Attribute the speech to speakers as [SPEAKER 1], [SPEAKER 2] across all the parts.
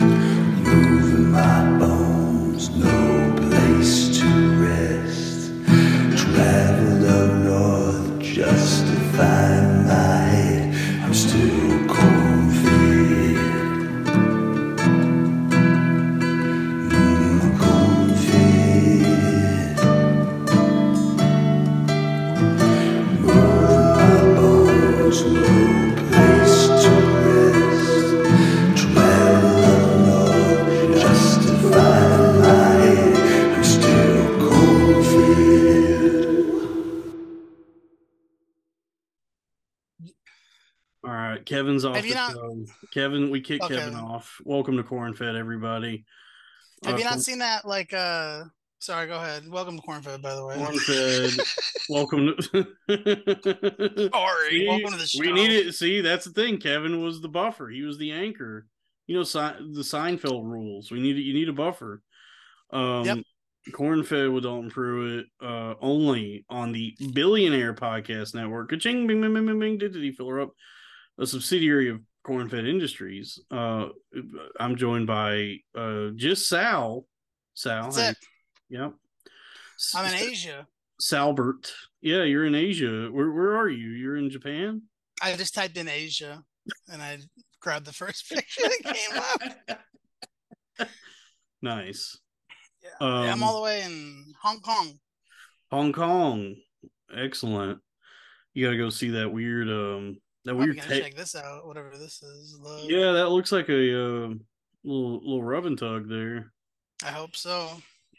[SPEAKER 1] Moving my bones, no place to rest. Traveled up north just to find my head. I'm still corn fed. Mm, corn fed. Moving my bones, no place to rest.
[SPEAKER 2] All right, Kevin's off
[SPEAKER 3] Have you
[SPEAKER 2] the
[SPEAKER 3] not-
[SPEAKER 2] show. Kevin, we kicked
[SPEAKER 3] Okay.
[SPEAKER 2] Kevin off. Welcome to Corn Fed, everybody.
[SPEAKER 3] Have
[SPEAKER 2] Uh,
[SPEAKER 3] you
[SPEAKER 2] Corn-
[SPEAKER 3] not seen that? Like, uh, sorry, go ahead. Welcome to Cornfed, by the way.
[SPEAKER 2] Corn Fed? Welcome to.
[SPEAKER 3] sorry,
[SPEAKER 2] See,
[SPEAKER 3] welcome to the show.
[SPEAKER 2] We need it. See, that's the thing. Kevin was the buffer. He was the anchor. You know, Se- the Seinfeld rules. We need you need a buffer. Um
[SPEAKER 3] Yep.
[SPEAKER 2] Corn fed with Dalton Pruitt uh, only on the Billionaire Podcast Network. Ka-ching, bing, bing, bing, bing, bing, did he fill her up? A subsidiary of Corn Fed Industries. Uh, I'm joined by uh, just Sal. Sal.
[SPEAKER 3] That's
[SPEAKER 2] hey.
[SPEAKER 3] it.
[SPEAKER 2] Yep.
[SPEAKER 3] I'm in Asia.
[SPEAKER 2] Salbert. Yeah, you're in Asia. Where where are you? You're in Japan?
[SPEAKER 3] I just typed in Asia, and I grabbed the first picture that came up.
[SPEAKER 2] nice.
[SPEAKER 3] Yeah.
[SPEAKER 2] Um,
[SPEAKER 3] I'm all the way in Hong Kong.
[SPEAKER 2] Hong Kong. Excellent. You gotta go see that weird um that
[SPEAKER 3] I'm
[SPEAKER 2] weird
[SPEAKER 3] gonna
[SPEAKER 2] ta-
[SPEAKER 3] Oh, check this out. Whatever this is. Love.
[SPEAKER 2] Yeah, that looks like a um little little rub and tug there.
[SPEAKER 3] I hope so.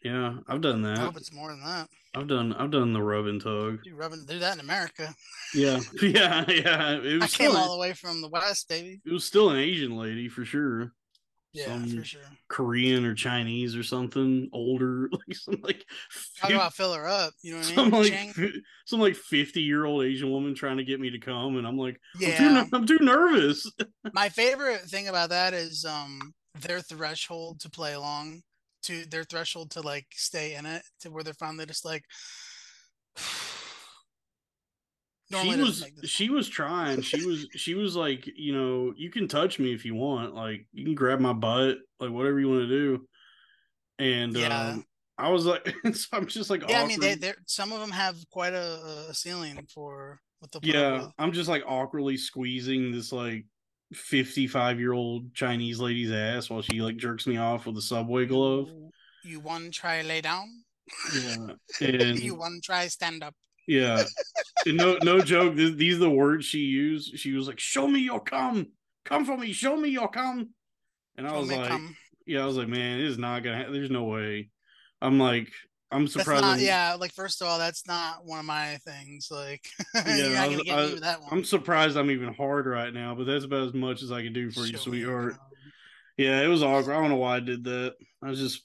[SPEAKER 2] Yeah, I've done
[SPEAKER 3] I
[SPEAKER 2] that.
[SPEAKER 3] hope it's more than that.
[SPEAKER 2] I've done I've done the rub and tug.
[SPEAKER 3] You rubbing do that in America.
[SPEAKER 2] Yeah. yeah, yeah. It
[SPEAKER 3] I
[SPEAKER 2] was
[SPEAKER 3] came
[SPEAKER 2] still
[SPEAKER 3] all the way from the West, baby.
[SPEAKER 2] it was still an Asian lady for sure.
[SPEAKER 3] Yeah,
[SPEAKER 2] Some-
[SPEAKER 3] for sure.
[SPEAKER 2] Korean or Chinese or something, older, like some like
[SPEAKER 3] Talk about fill her up. You know what I
[SPEAKER 2] some
[SPEAKER 3] mean?
[SPEAKER 2] like
[SPEAKER 3] Ching.
[SPEAKER 2] fi- some like 50 year old asian woman trying to get me to come and i'm like I'm, too,
[SPEAKER 3] Yeah.
[SPEAKER 2] ner- I'm too nervous
[SPEAKER 3] My favorite thing about that is um their threshold to play along to their threshold to like stay in it to where they're finally just like normally
[SPEAKER 2] she
[SPEAKER 3] doesn't
[SPEAKER 2] was
[SPEAKER 3] make this-
[SPEAKER 2] she was trying she was she was like you know you can touch me if you want like you can grab my butt like whatever you want to do and
[SPEAKER 3] Yeah.
[SPEAKER 2] um i was like so i'm just like
[SPEAKER 3] yeah I mean they
[SPEAKER 2] awkward-
[SPEAKER 3] they some of them have quite a, a ceiling for what they'll put up
[SPEAKER 2] yeah
[SPEAKER 3] with.
[SPEAKER 2] i'm just like awkwardly squeezing this like 55 year old chinese lady's ass while she like jerks me off with a subway glove
[SPEAKER 3] You- You one try lay down,
[SPEAKER 2] yeah and
[SPEAKER 3] you one try stand up.
[SPEAKER 2] Yeah. And no no joke. This, these are the words she used. She was like, Show me your cum. Come for me. Show me your cum. And I
[SPEAKER 3] Show
[SPEAKER 2] was
[SPEAKER 3] me
[SPEAKER 2] like,
[SPEAKER 3] cum.
[SPEAKER 2] Yeah, I was like, Man, it is not gonna happen. There's no way. I'm like, I'm
[SPEAKER 3] That's
[SPEAKER 2] surprised.
[SPEAKER 3] not
[SPEAKER 2] I'm-
[SPEAKER 3] yeah, like first of all, that's not one of my things. Like
[SPEAKER 2] Yeah,
[SPEAKER 3] you're
[SPEAKER 2] I
[SPEAKER 3] not
[SPEAKER 2] was-
[SPEAKER 3] gonna
[SPEAKER 2] I-
[SPEAKER 3] get me with that one.
[SPEAKER 2] I'm surprised I'm even hard right now, but that's about as much as I can do for you,
[SPEAKER 3] Show me your
[SPEAKER 2] sweetheart.
[SPEAKER 3] cum.
[SPEAKER 2] Yeah, it was awkward. I don't know why I did that. I was just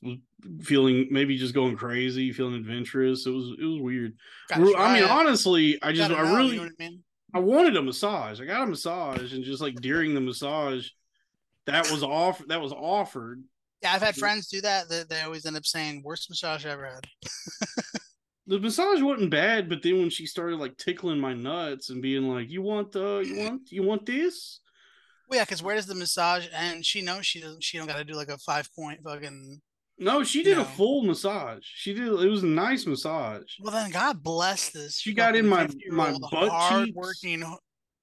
[SPEAKER 2] feeling maybe just going crazy, feeling adventurous. It was it was weird.
[SPEAKER 3] Gotta
[SPEAKER 2] I
[SPEAKER 3] try
[SPEAKER 2] mean,
[SPEAKER 3] it.
[SPEAKER 2] honestly, I just
[SPEAKER 3] Gotta
[SPEAKER 2] I
[SPEAKER 3] know, you
[SPEAKER 2] really
[SPEAKER 3] know what I mean?
[SPEAKER 2] I wanted a massage. I got a massage, and just like during the massage, that was off. That was offered.
[SPEAKER 3] Yeah, I've had
[SPEAKER 2] Mhm.
[SPEAKER 3] friends do that. That they always end up saying worst massage I ever had.
[SPEAKER 2] The massage wasn't bad, but then when she started like tickling my nuts and being like, "You want uh, you want you want this?"
[SPEAKER 3] Well, yeah, because where does the massage? And she knows she doesn't. She don't got to do like a five point fucking.
[SPEAKER 2] No, she did
[SPEAKER 3] No.
[SPEAKER 2] a full massage. She did. It was a nice massage.
[SPEAKER 3] Well, then God bless this.
[SPEAKER 2] She got in
[SPEAKER 3] fucking
[SPEAKER 2] my-
[SPEAKER 3] 50-year-old
[SPEAKER 2] my butt cheeks.
[SPEAKER 3] hardworking ho-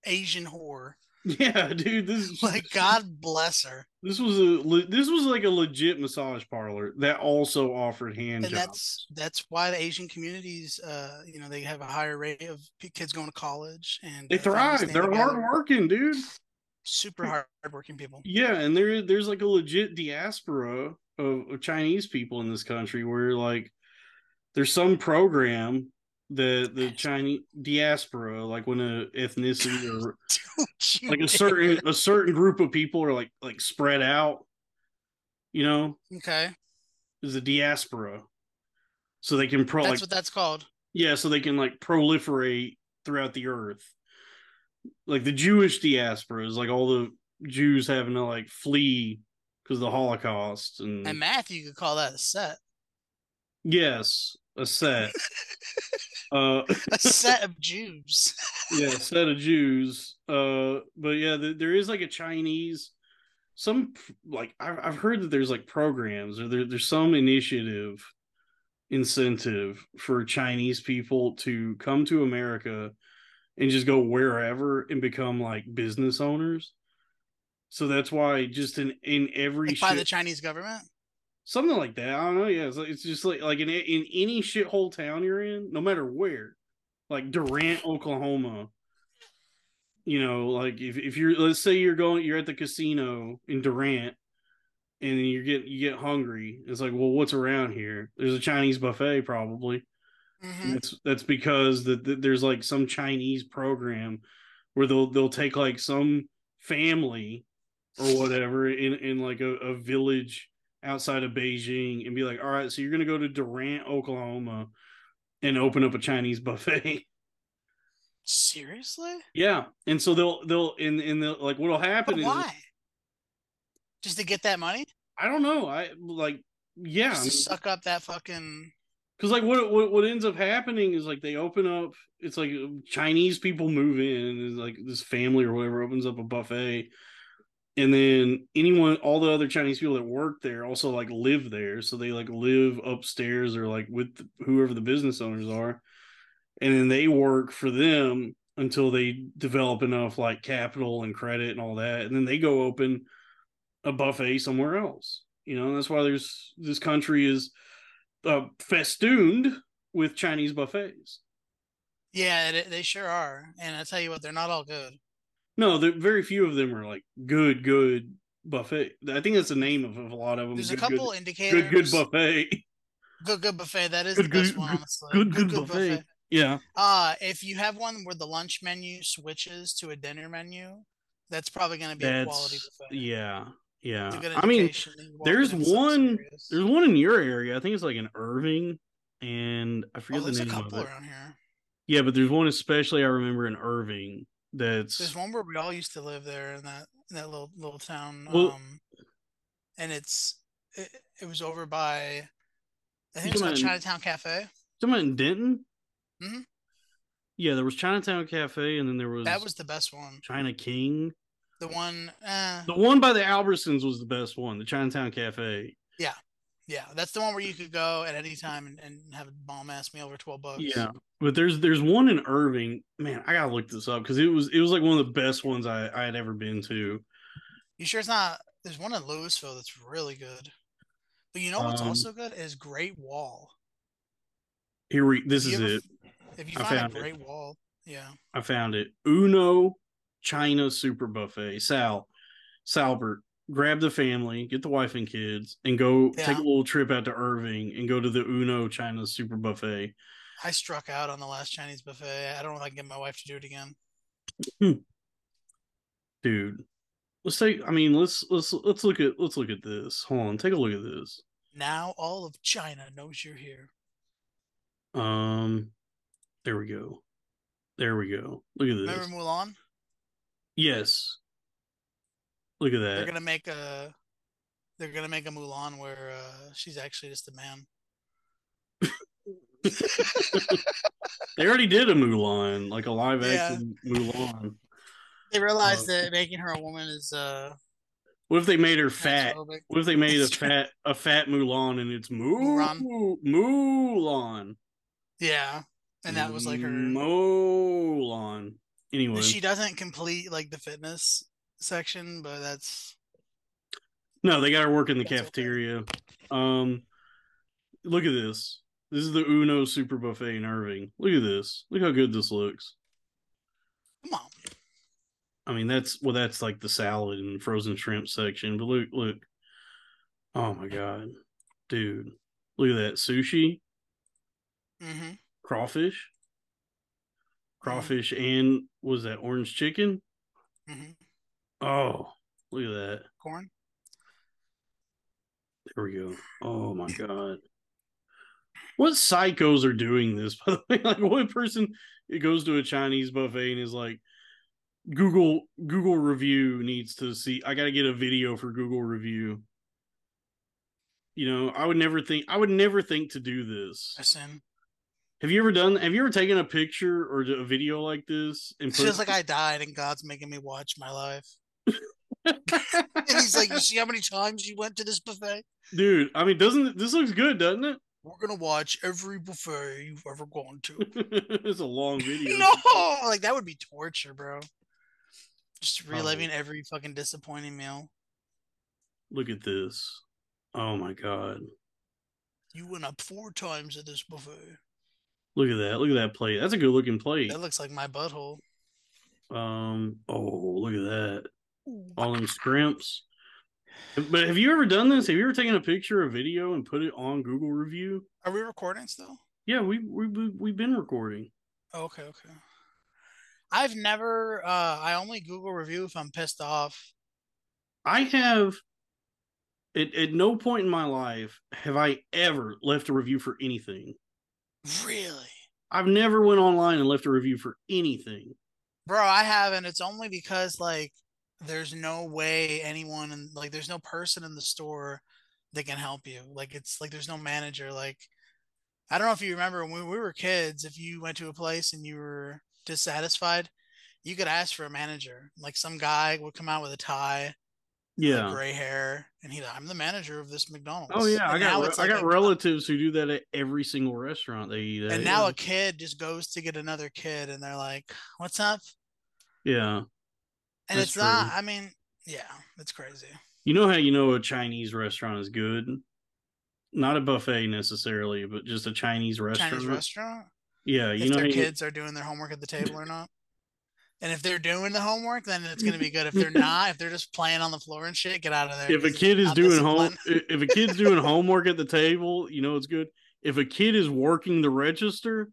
[SPEAKER 3] Asian whore.
[SPEAKER 2] Yeah, dude. This
[SPEAKER 3] Like God bless her.
[SPEAKER 2] this was a le- this was like a legit massage parlor that also offered hand
[SPEAKER 3] And
[SPEAKER 2] jobs.
[SPEAKER 3] that's that's why the Asian communities, uh, you know, they have a higher rate of p- kids going to college and
[SPEAKER 2] They
[SPEAKER 3] uh, families
[SPEAKER 2] thrive.
[SPEAKER 3] staying
[SPEAKER 2] They're
[SPEAKER 3] together.
[SPEAKER 2] hardworking, dude.
[SPEAKER 3] super hardworking people.
[SPEAKER 2] Yeah, and there there's like a legit diaspora of, of Chinese people in this country where like there's some program that the Chinese diaspora, like when a ethnicity or
[SPEAKER 3] Don't you
[SPEAKER 2] like
[SPEAKER 3] dare.
[SPEAKER 2] a certain a certain group of people are like like spread out, you know,
[SPEAKER 3] okay,
[SPEAKER 2] is a diaspora. So they can pro
[SPEAKER 3] that's
[SPEAKER 2] like
[SPEAKER 3] what that's called.
[SPEAKER 2] yeah, so they can like proliferate throughout the earth. Like the Jewish diaspora is like all the Jews having to like flee because of the Holocaust and,
[SPEAKER 3] And math, you could call that a set.
[SPEAKER 2] yes, a set. uh
[SPEAKER 3] A set of Jews.
[SPEAKER 2] yeah, a set of Jews. Uh, but yeah, th- there is like a Chinese, some like I've I've heard that there's like programs or there, there's some initiative, incentive for Chinese people to come to America, and just go wherever and become like business owners. So that's why just in in every
[SPEAKER 3] Like by the
[SPEAKER 2] shit-
[SPEAKER 3] Chinese government.
[SPEAKER 2] something like that. I don't know. Yeah, it's, like, it's just like like in in any shithole town you're in, no matter where, like Durant, Oklahoma. You know, like if if you're let's say you're going you're at the casino in Durant, and then you get you get hungry. It's like, well, what's around here? There's a Chinese buffet probably.
[SPEAKER 3] hmm
[SPEAKER 2] And That's that's because that that there's like some Chinese program where they'll they'll take like some family or whatever in in like a, a village outside of Beijing and be like, all right, so you're gonna go to Durant, Oklahoma, and open up a Chinese buffet.
[SPEAKER 3] Seriously?
[SPEAKER 2] yeah, and so they'll they'll and and they'll, like what'll
[SPEAKER 3] But
[SPEAKER 2] happen is
[SPEAKER 3] why? Just to get that money?
[SPEAKER 2] I don't know. I like yeah, I
[SPEAKER 3] Just to
[SPEAKER 2] mean-
[SPEAKER 3] suck up that fucking.
[SPEAKER 2] Because like what, what what ends up happening is like they open up. It's like um, Chinese people move in, and like this family or whatever opens up a buffet, and then anyone, all the other Chinese people that work there also like live there, so they like live upstairs or like with whoever the business owners are, and then they work for them until they develop enough like capital and credit and all that, and then they go open a buffet somewhere else. You know, and that's why there's this country is uh, festooned with Chinese buffets.
[SPEAKER 3] Yeah, they, they sure are. And I tell you what, they're not all good.
[SPEAKER 2] No, there, very few of them are like good, good buffet. I think that's the name of, of a lot of them.
[SPEAKER 3] There's
[SPEAKER 2] Um, good,
[SPEAKER 3] a couple
[SPEAKER 2] good,
[SPEAKER 3] indicators.
[SPEAKER 2] good, good buffet.
[SPEAKER 3] Good good buffet. That is
[SPEAKER 2] Good
[SPEAKER 3] the best
[SPEAKER 2] good-
[SPEAKER 3] one,
[SPEAKER 2] good-
[SPEAKER 3] honestly.
[SPEAKER 2] good good buffet. Yeah,
[SPEAKER 3] Uh, if you have one where the lunch menu switches to a dinner menu, that's probably going to be a quality
[SPEAKER 2] that's
[SPEAKER 3] buffet.
[SPEAKER 2] yeah,
[SPEAKER 3] It's
[SPEAKER 2] yeah.
[SPEAKER 3] a good
[SPEAKER 2] I mean,
[SPEAKER 3] indication that you walked
[SPEAKER 2] there's
[SPEAKER 3] in on something
[SPEAKER 2] one-
[SPEAKER 3] serious.
[SPEAKER 2] there's one in your area. I think it's like in Irving, and I forget
[SPEAKER 3] oh,
[SPEAKER 2] the
[SPEAKER 3] there's a
[SPEAKER 2] name of
[SPEAKER 3] couple
[SPEAKER 2] it.
[SPEAKER 3] around here.
[SPEAKER 2] Yeah, but there's one especially I remember in Irving that's
[SPEAKER 3] There's one where we all used to live there in that in that little little town.
[SPEAKER 2] Well-
[SPEAKER 3] um, and it's it, it was over by I think
[SPEAKER 2] You talking
[SPEAKER 3] it's called
[SPEAKER 2] about-
[SPEAKER 3] Chinatown Cafe.
[SPEAKER 2] someone in Denton.
[SPEAKER 3] Mhm.
[SPEAKER 2] Yeah, there was Chinatown Cafe, and then there was,
[SPEAKER 3] That was the best one.
[SPEAKER 2] China King.
[SPEAKER 3] The one, uh,
[SPEAKER 2] The one by the Albertsons was the best one, the Chinatown Cafe.
[SPEAKER 3] yeah, that's the one where you could go at any time and, and have a bomb ass meal for twelve bucks.
[SPEAKER 2] Yeah. But there's there's one in Irving. Man, I gotta look this up because it was it was like one of the best ones I, I had ever been to.
[SPEAKER 3] You sure it's not? There's one in Louisville that's really good. But you know what's
[SPEAKER 2] Um,
[SPEAKER 3] also good is Great Wall.
[SPEAKER 2] Here we this
[SPEAKER 3] You
[SPEAKER 2] is
[SPEAKER 3] ever-
[SPEAKER 2] it.
[SPEAKER 3] If you
[SPEAKER 2] I
[SPEAKER 3] find
[SPEAKER 2] found
[SPEAKER 3] a
[SPEAKER 2] it.
[SPEAKER 3] Great Wall, yeah,
[SPEAKER 2] I found it. Uno China Super Buffet. Sal. Salbert. Grab the family, get the wife and kids, and go
[SPEAKER 3] Yeah.
[SPEAKER 2] take a little trip out to Irving and go to the Uno China Super Buffet.
[SPEAKER 3] I struck out on the last Chinese buffet. I don't know if I can get my wife to do it again.
[SPEAKER 2] Dude. Let's take I mean, let's let's let's look at let's look at this. Hold on, take a look at this.
[SPEAKER 3] Now all of China knows you're here.
[SPEAKER 2] Um, there we go. There we go. Look at this.
[SPEAKER 3] Remember Mulan?
[SPEAKER 2] Yes. Look at
[SPEAKER 3] They're
[SPEAKER 2] that.
[SPEAKER 3] gonna make a, they're gonna make a Mulan where uh, she's actually just a man.
[SPEAKER 2] They already did a Mulan, like a live
[SPEAKER 3] Yeah.
[SPEAKER 2] action Mulan.
[SPEAKER 3] They realize
[SPEAKER 2] Oh.
[SPEAKER 3] that making her a woman is uh
[SPEAKER 2] What if they made her fat?
[SPEAKER 3] transphobic.
[SPEAKER 2] What if they made a
[SPEAKER 3] That's true.
[SPEAKER 2] fat a fat Mulan and it's Moo
[SPEAKER 3] Mulan.
[SPEAKER 2] Mulan?
[SPEAKER 3] Yeah, and that was like her.
[SPEAKER 2] Mm, Mulan. Anyway,
[SPEAKER 3] She doesn't complete like the fitness section, but that's
[SPEAKER 2] No, they got to work in the
[SPEAKER 3] That's okay.
[SPEAKER 2] cafeteria. Um, look at this. This is the Uno Super Buffet in Irving. Look at this. Look how good this looks.
[SPEAKER 3] come on.
[SPEAKER 2] I mean, that's well, that's like the salad and frozen shrimp section. But look, look. Oh my god, dude! Look at that sushi,
[SPEAKER 3] hmm
[SPEAKER 2] crawfish, crawfish, and was that orange chicken?
[SPEAKER 3] hmm
[SPEAKER 2] Oh, look at that.
[SPEAKER 3] Corn.
[SPEAKER 2] There we go. Oh my god. What psychos are doing this? By the way, like what person goes to a Chinese buffet and is like, Google Google review needs to see. I got to get a video for Google review. You know, I would never think. I would never think to do this.
[SPEAKER 3] Listen,
[SPEAKER 2] Have you ever done? Have you ever taken a picture or a video like this and
[SPEAKER 3] it feels like I died and God's making me watch my life. And he's like, "You see how many times you went to this buffet?
[SPEAKER 2] dude? I mean, doesn't this looks good? Doesn't it?
[SPEAKER 3] We're gonna watch every buffet you've ever gone to."
[SPEAKER 2] it's a long video.
[SPEAKER 3] No, like that would be torture, bro. Just reliving every fucking disappointing meal.
[SPEAKER 2] Look at this. Oh my god.
[SPEAKER 3] You went up four times at this buffet.
[SPEAKER 2] Look at that. Look at that plate. That's a good looking plate.
[SPEAKER 3] That looks like my butthole.
[SPEAKER 2] Um. Oh, look at that. All them scrimps. But have you ever done this? Have you ever taken a picture, a video, and put it on Google Review?
[SPEAKER 3] Are we recording still?
[SPEAKER 2] Yeah, we we we we've been recording.
[SPEAKER 3] Oh, okay, okay. I've never. Uh, I only Google review if I'm pissed off.
[SPEAKER 2] I have. At at no point in my life have I ever left a review for anything.
[SPEAKER 3] Really,
[SPEAKER 2] I've never went online and left a review for anything.
[SPEAKER 3] bro? I haven't. It's only because like there's no way anyone and like there's no person in the store that can help you. Like it's like there's no manager. Like I don't know if you remember when we, we were kids. If you went to a place and you were dissatisfied, you could ask for a manager. Like some guy would come out with a tie. like,
[SPEAKER 2] Yeah.
[SPEAKER 3] gray hair, and he's like, I'm the manager of this McDonald's.
[SPEAKER 2] Oh yeah, I
[SPEAKER 3] And now
[SPEAKER 2] got re-
[SPEAKER 3] it's
[SPEAKER 2] I
[SPEAKER 3] like
[SPEAKER 2] got
[SPEAKER 3] a-
[SPEAKER 2] relatives who do that at every single restaurant they eat at.
[SPEAKER 3] And now a kid just goes to get another kid, and they're like, "What's up?"
[SPEAKER 2] yeah.
[SPEAKER 3] And
[SPEAKER 2] That's
[SPEAKER 3] it's not.
[SPEAKER 2] true.
[SPEAKER 3] I mean, yeah, it's crazy.
[SPEAKER 2] You know how you know a Chinese restaurant is good? Not a buffet necessarily, but just a Chinese restaurant.
[SPEAKER 3] Chinese restaurant.
[SPEAKER 2] Yeah, you
[SPEAKER 3] if
[SPEAKER 2] know
[SPEAKER 3] their
[SPEAKER 2] how you-
[SPEAKER 3] kids are doing their homework at the table or not. And if they're doing the homework, then it's gonna be good. If they're not, if they're just playing on the floor and shit, get out of there.
[SPEAKER 2] if a
[SPEAKER 3] 'cause it's
[SPEAKER 2] kid is
[SPEAKER 3] not
[SPEAKER 2] doing home
[SPEAKER 3] discipline.
[SPEAKER 2] i- if a kid's doing homework at the table, you know it's good. If a kid is working the register,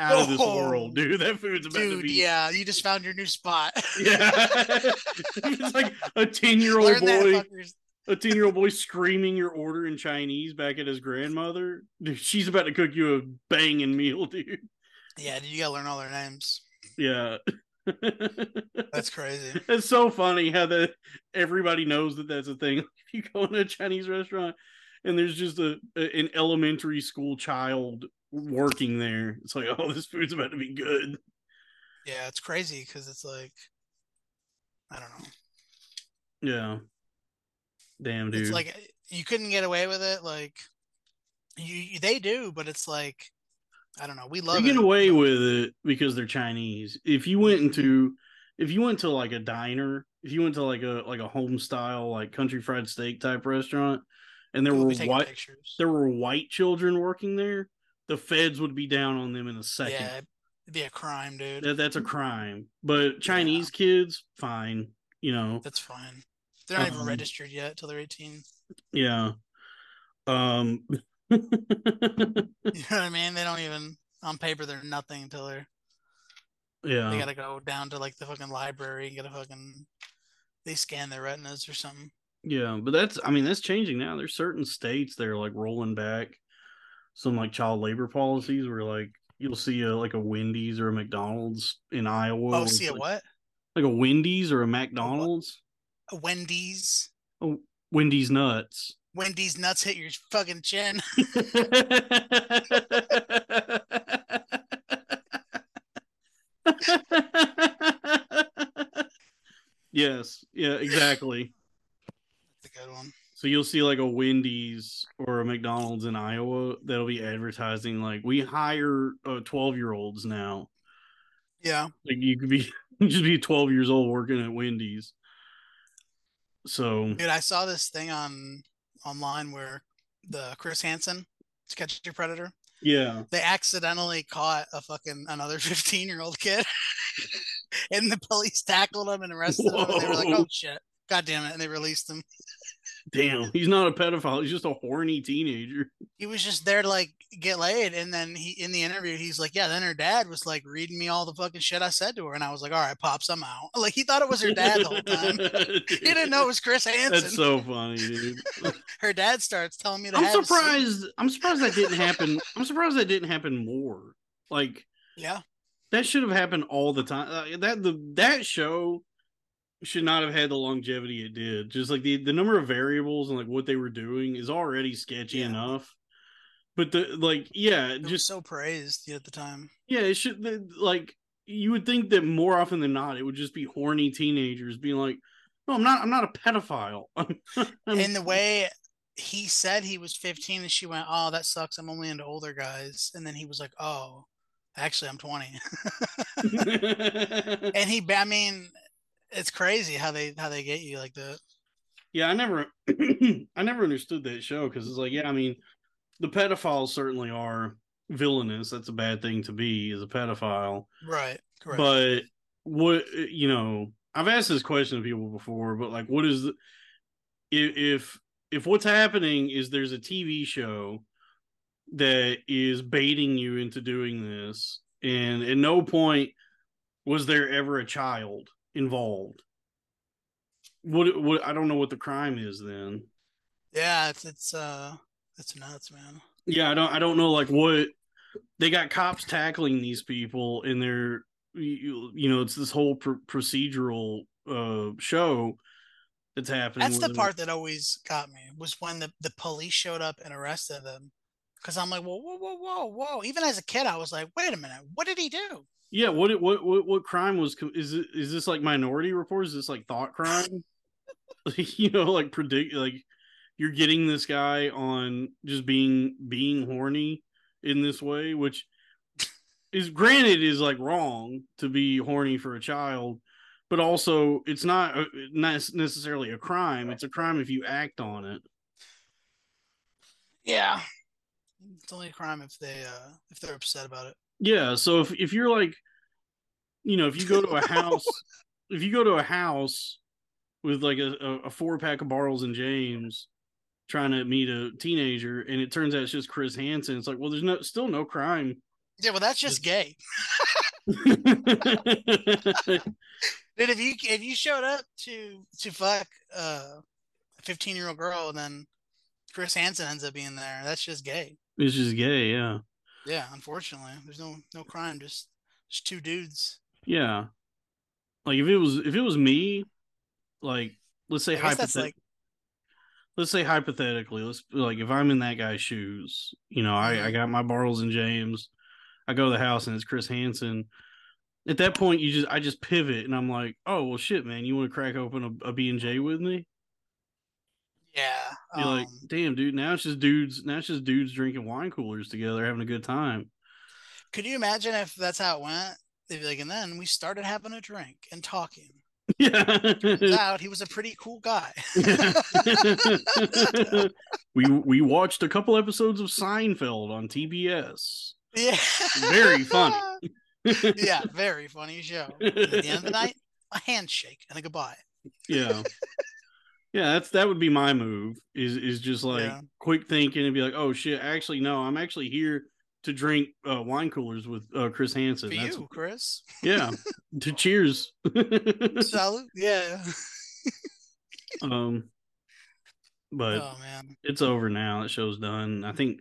[SPEAKER 2] out of this
[SPEAKER 3] Oh,
[SPEAKER 2] world, dude. That food's about to
[SPEAKER 3] dude,
[SPEAKER 2] be
[SPEAKER 3] yeah, you just found your new spot.
[SPEAKER 2] Yeah. it's like a ten year old
[SPEAKER 3] Learn that,
[SPEAKER 2] boy
[SPEAKER 3] fuckers.
[SPEAKER 2] a 10 year old boy screaming your order in Chinese back at his grandmother. Dude, she's about to cook you a banging meal, dude.
[SPEAKER 3] Yeah, dude, you gotta learn all their names.
[SPEAKER 2] Yeah.
[SPEAKER 3] That's crazy.
[SPEAKER 2] it's so funny how that everybody knows that that's a thing. If you go in a Chinese restaurant and there's just a, a- an elementary school child working there, it's like, oh, this food's about to be good.
[SPEAKER 3] Yeah, it's crazy because it's like, I don't know.
[SPEAKER 2] Yeah. Damn, dude.
[SPEAKER 3] It's like eh, you couldn't get away with it. Like you, you- they do, but it's like, I don't know. We love
[SPEAKER 2] they get
[SPEAKER 3] it.
[SPEAKER 2] away with it because they're Chinese. If you went into if you went to like a diner, if you went to like a like a home style like country fried steak type restaurant, and there
[SPEAKER 3] We'll
[SPEAKER 2] were
[SPEAKER 3] be taking
[SPEAKER 2] white
[SPEAKER 3] pictures.
[SPEAKER 2] there were white children working there, the feds would be down on them in a second.
[SPEAKER 3] Yeah, it'd be a crime, dude.
[SPEAKER 2] That, that's a crime. But Chinese kids, fine. You know,
[SPEAKER 3] That's fine. They're not even
[SPEAKER 2] Um,
[SPEAKER 3] registered yet till they're 18.
[SPEAKER 2] yeah. Um,
[SPEAKER 3] You know what I mean? They don't even on paper they're nothing until they're
[SPEAKER 2] yeah.
[SPEAKER 3] they gotta go down to like the fucking library and get a fucking they scan their retinas or something.
[SPEAKER 2] Yeah, but that's I mean that's changing now. There's certain states that are like rolling back some like child labor policies where like you'll see a like a Wendy's or a McDonald's in Iowa.
[SPEAKER 3] Oh,
[SPEAKER 2] where it's
[SPEAKER 3] see a
[SPEAKER 2] like,
[SPEAKER 3] what?
[SPEAKER 2] Like a Wendy's or a McDonald's.
[SPEAKER 3] A Wendy's.
[SPEAKER 2] Wendy's nuts.
[SPEAKER 3] Wendy's nuts hit your fucking chin.
[SPEAKER 2] yes. Yeah, exactly.
[SPEAKER 3] That's a good one.
[SPEAKER 2] So you'll see like a Wendy's or a McDonald's in Iowa that'll be advertising like we hire twelve year olds now.
[SPEAKER 3] Yeah.
[SPEAKER 2] Like you could be just be twelve years old working at Wendy's. So
[SPEAKER 3] Dude, I saw this thing on online where the Chris Hansen to catch your predator,
[SPEAKER 2] yeah,
[SPEAKER 3] they accidentally caught a fucking another 15 year old kid. and the police tackled him and arrested him and they were like,
[SPEAKER 2] Whoa.
[SPEAKER 3] Oh shit. God damn it. And they released him.
[SPEAKER 2] Damn, he's not a pedophile. He's just a horny teenager.
[SPEAKER 3] he was just there to like get laid and then he in the interview he's like yeah then her dad was like reading me all the fucking shit i said to her and i was like all right pops i'm out like he thought it was her dad the whole time he didn't know it was chris hansen
[SPEAKER 2] That's so funny, dude.
[SPEAKER 3] her dad starts telling me to have
[SPEAKER 2] I'm
[SPEAKER 3] a seat.
[SPEAKER 2] surprised. I'm surprised that didn't happen. I'm surprised that didn't happen more. Like
[SPEAKER 3] yeah
[SPEAKER 2] that should have happened all the time. Uh, that the that show should not have had the longevity it did. Just like the the number of variables and like what they were doing is already sketchy
[SPEAKER 3] Yeah.
[SPEAKER 2] enough. But the like, yeah,
[SPEAKER 3] it was
[SPEAKER 2] just
[SPEAKER 3] so praised at the time
[SPEAKER 2] yeah, it should the- like you would think that more often than not it would just be horny teenagers being like, "No, I'm not. I'm not a pedophile." I'm- I'm-
[SPEAKER 3] and the way he said he was 15 and she went oh that sucks i'm only into older guys and then he was like oh actually i'm 20 and he i mean it's crazy how they how they get you like that
[SPEAKER 2] yeah, I never, I never understood that show because it's like, yeah, I mean, the pedophiles certainly are villainous. That's a bad thing to be as a pedophile.
[SPEAKER 3] right correct
[SPEAKER 2] But what you know, I've asked this question to people before, but like, what is the, if if if what's happening is there's a TV show that is baiting you into doing this, and at no point was there ever a child involved. What what I don't know what the crime is then.
[SPEAKER 3] Yeah, it's it's uh it's nuts, man.
[SPEAKER 2] Yeah, I don't I don't know like what they got cops tackling these people and they're you, you know it's this whole pr- procedural uh show that's happening.
[SPEAKER 3] That's
[SPEAKER 2] where
[SPEAKER 3] the
[SPEAKER 2] they're-
[SPEAKER 3] part that always got me was when the the police showed up and arrested them. Cause I'm like, whoa, whoa, whoa, whoa, whoa. Even as a kid, I was like, wait a minute, what did he do?
[SPEAKER 2] Yeah, what it- what what what crime was com- is it, is this like Minority Report? Is this like thought crime? you know, like predict like you're getting this guy on just being being horny in this way, which is granted is like wrong to be horny for a child, but also it's not uh, not necessarily a crime. It's a crime if you act on it.
[SPEAKER 3] Yeah. It's only a crime if they uh if they're upset about it.
[SPEAKER 2] Yeah, so if if you're like, you know, if you go to a house, if you go to a house with like a, a, a four pack of Bartles and James, trying to meet a teenager, and it turns out it's just Chris Hansen, it's like, well, there's no still no crime.
[SPEAKER 3] Yeah, well that's just gay. Dude, if you if you showed up to to fuck uh a fifteen year old girl and then Chris Hansen ends up being there, that's just gay.
[SPEAKER 2] it's just gay, yeah,
[SPEAKER 3] Yeah, unfortunately. There's no no crime, just just two dudes.
[SPEAKER 2] yeah. Like if it was if it was me, like let's say
[SPEAKER 3] I guess that's
[SPEAKER 2] hypothetically.
[SPEAKER 3] like
[SPEAKER 2] let's say hypothetically, let's like if I'm in that guy's shoes, you know, I,
[SPEAKER 3] Mm-hmm.
[SPEAKER 2] I got my Bartles and James, I go to the house and it's Chris Hansen. At that point, you just I just pivot and I'm like, oh well, shit, man, you want to crack open a, a B and J with me?
[SPEAKER 3] yeah.
[SPEAKER 2] Be like,
[SPEAKER 3] um,
[SPEAKER 2] damn, dude, now it's just dudes, now it's just dudes drinking wine coolers together, having a good time.
[SPEAKER 3] Could you imagine if that's how it went? They'd be like, and then we started having a drink and talking. Turns
[SPEAKER 2] Yeah.
[SPEAKER 3] out he was a pretty cool guy.
[SPEAKER 2] we we watched a couple episodes of Seinfeld on TBS.
[SPEAKER 3] yeah.
[SPEAKER 2] Very funny.
[SPEAKER 3] yeah, very funny show. And at the end of the night, a handshake and a goodbye.
[SPEAKER 2] yeah yeah that's that would be my move is is just like
[SPEAKER 3] Yeah.
[SPEAKER 2] quick thinking and be like oh shit actually no i'm actually here to drink uh, wine coolers with uh, chris hansen
[SPEAKER 3] For
[SPEAKER 2] That's-
[SPEAKER 3] you, Chris.
[SPEAKER 2] yeah to cheers
[SPEAKER 3] Salute. Yeah.
[SPEAKER 2] um but
[SPEAKER 3] Oh man.
[SPEAKER 2] it's over now that show's done i think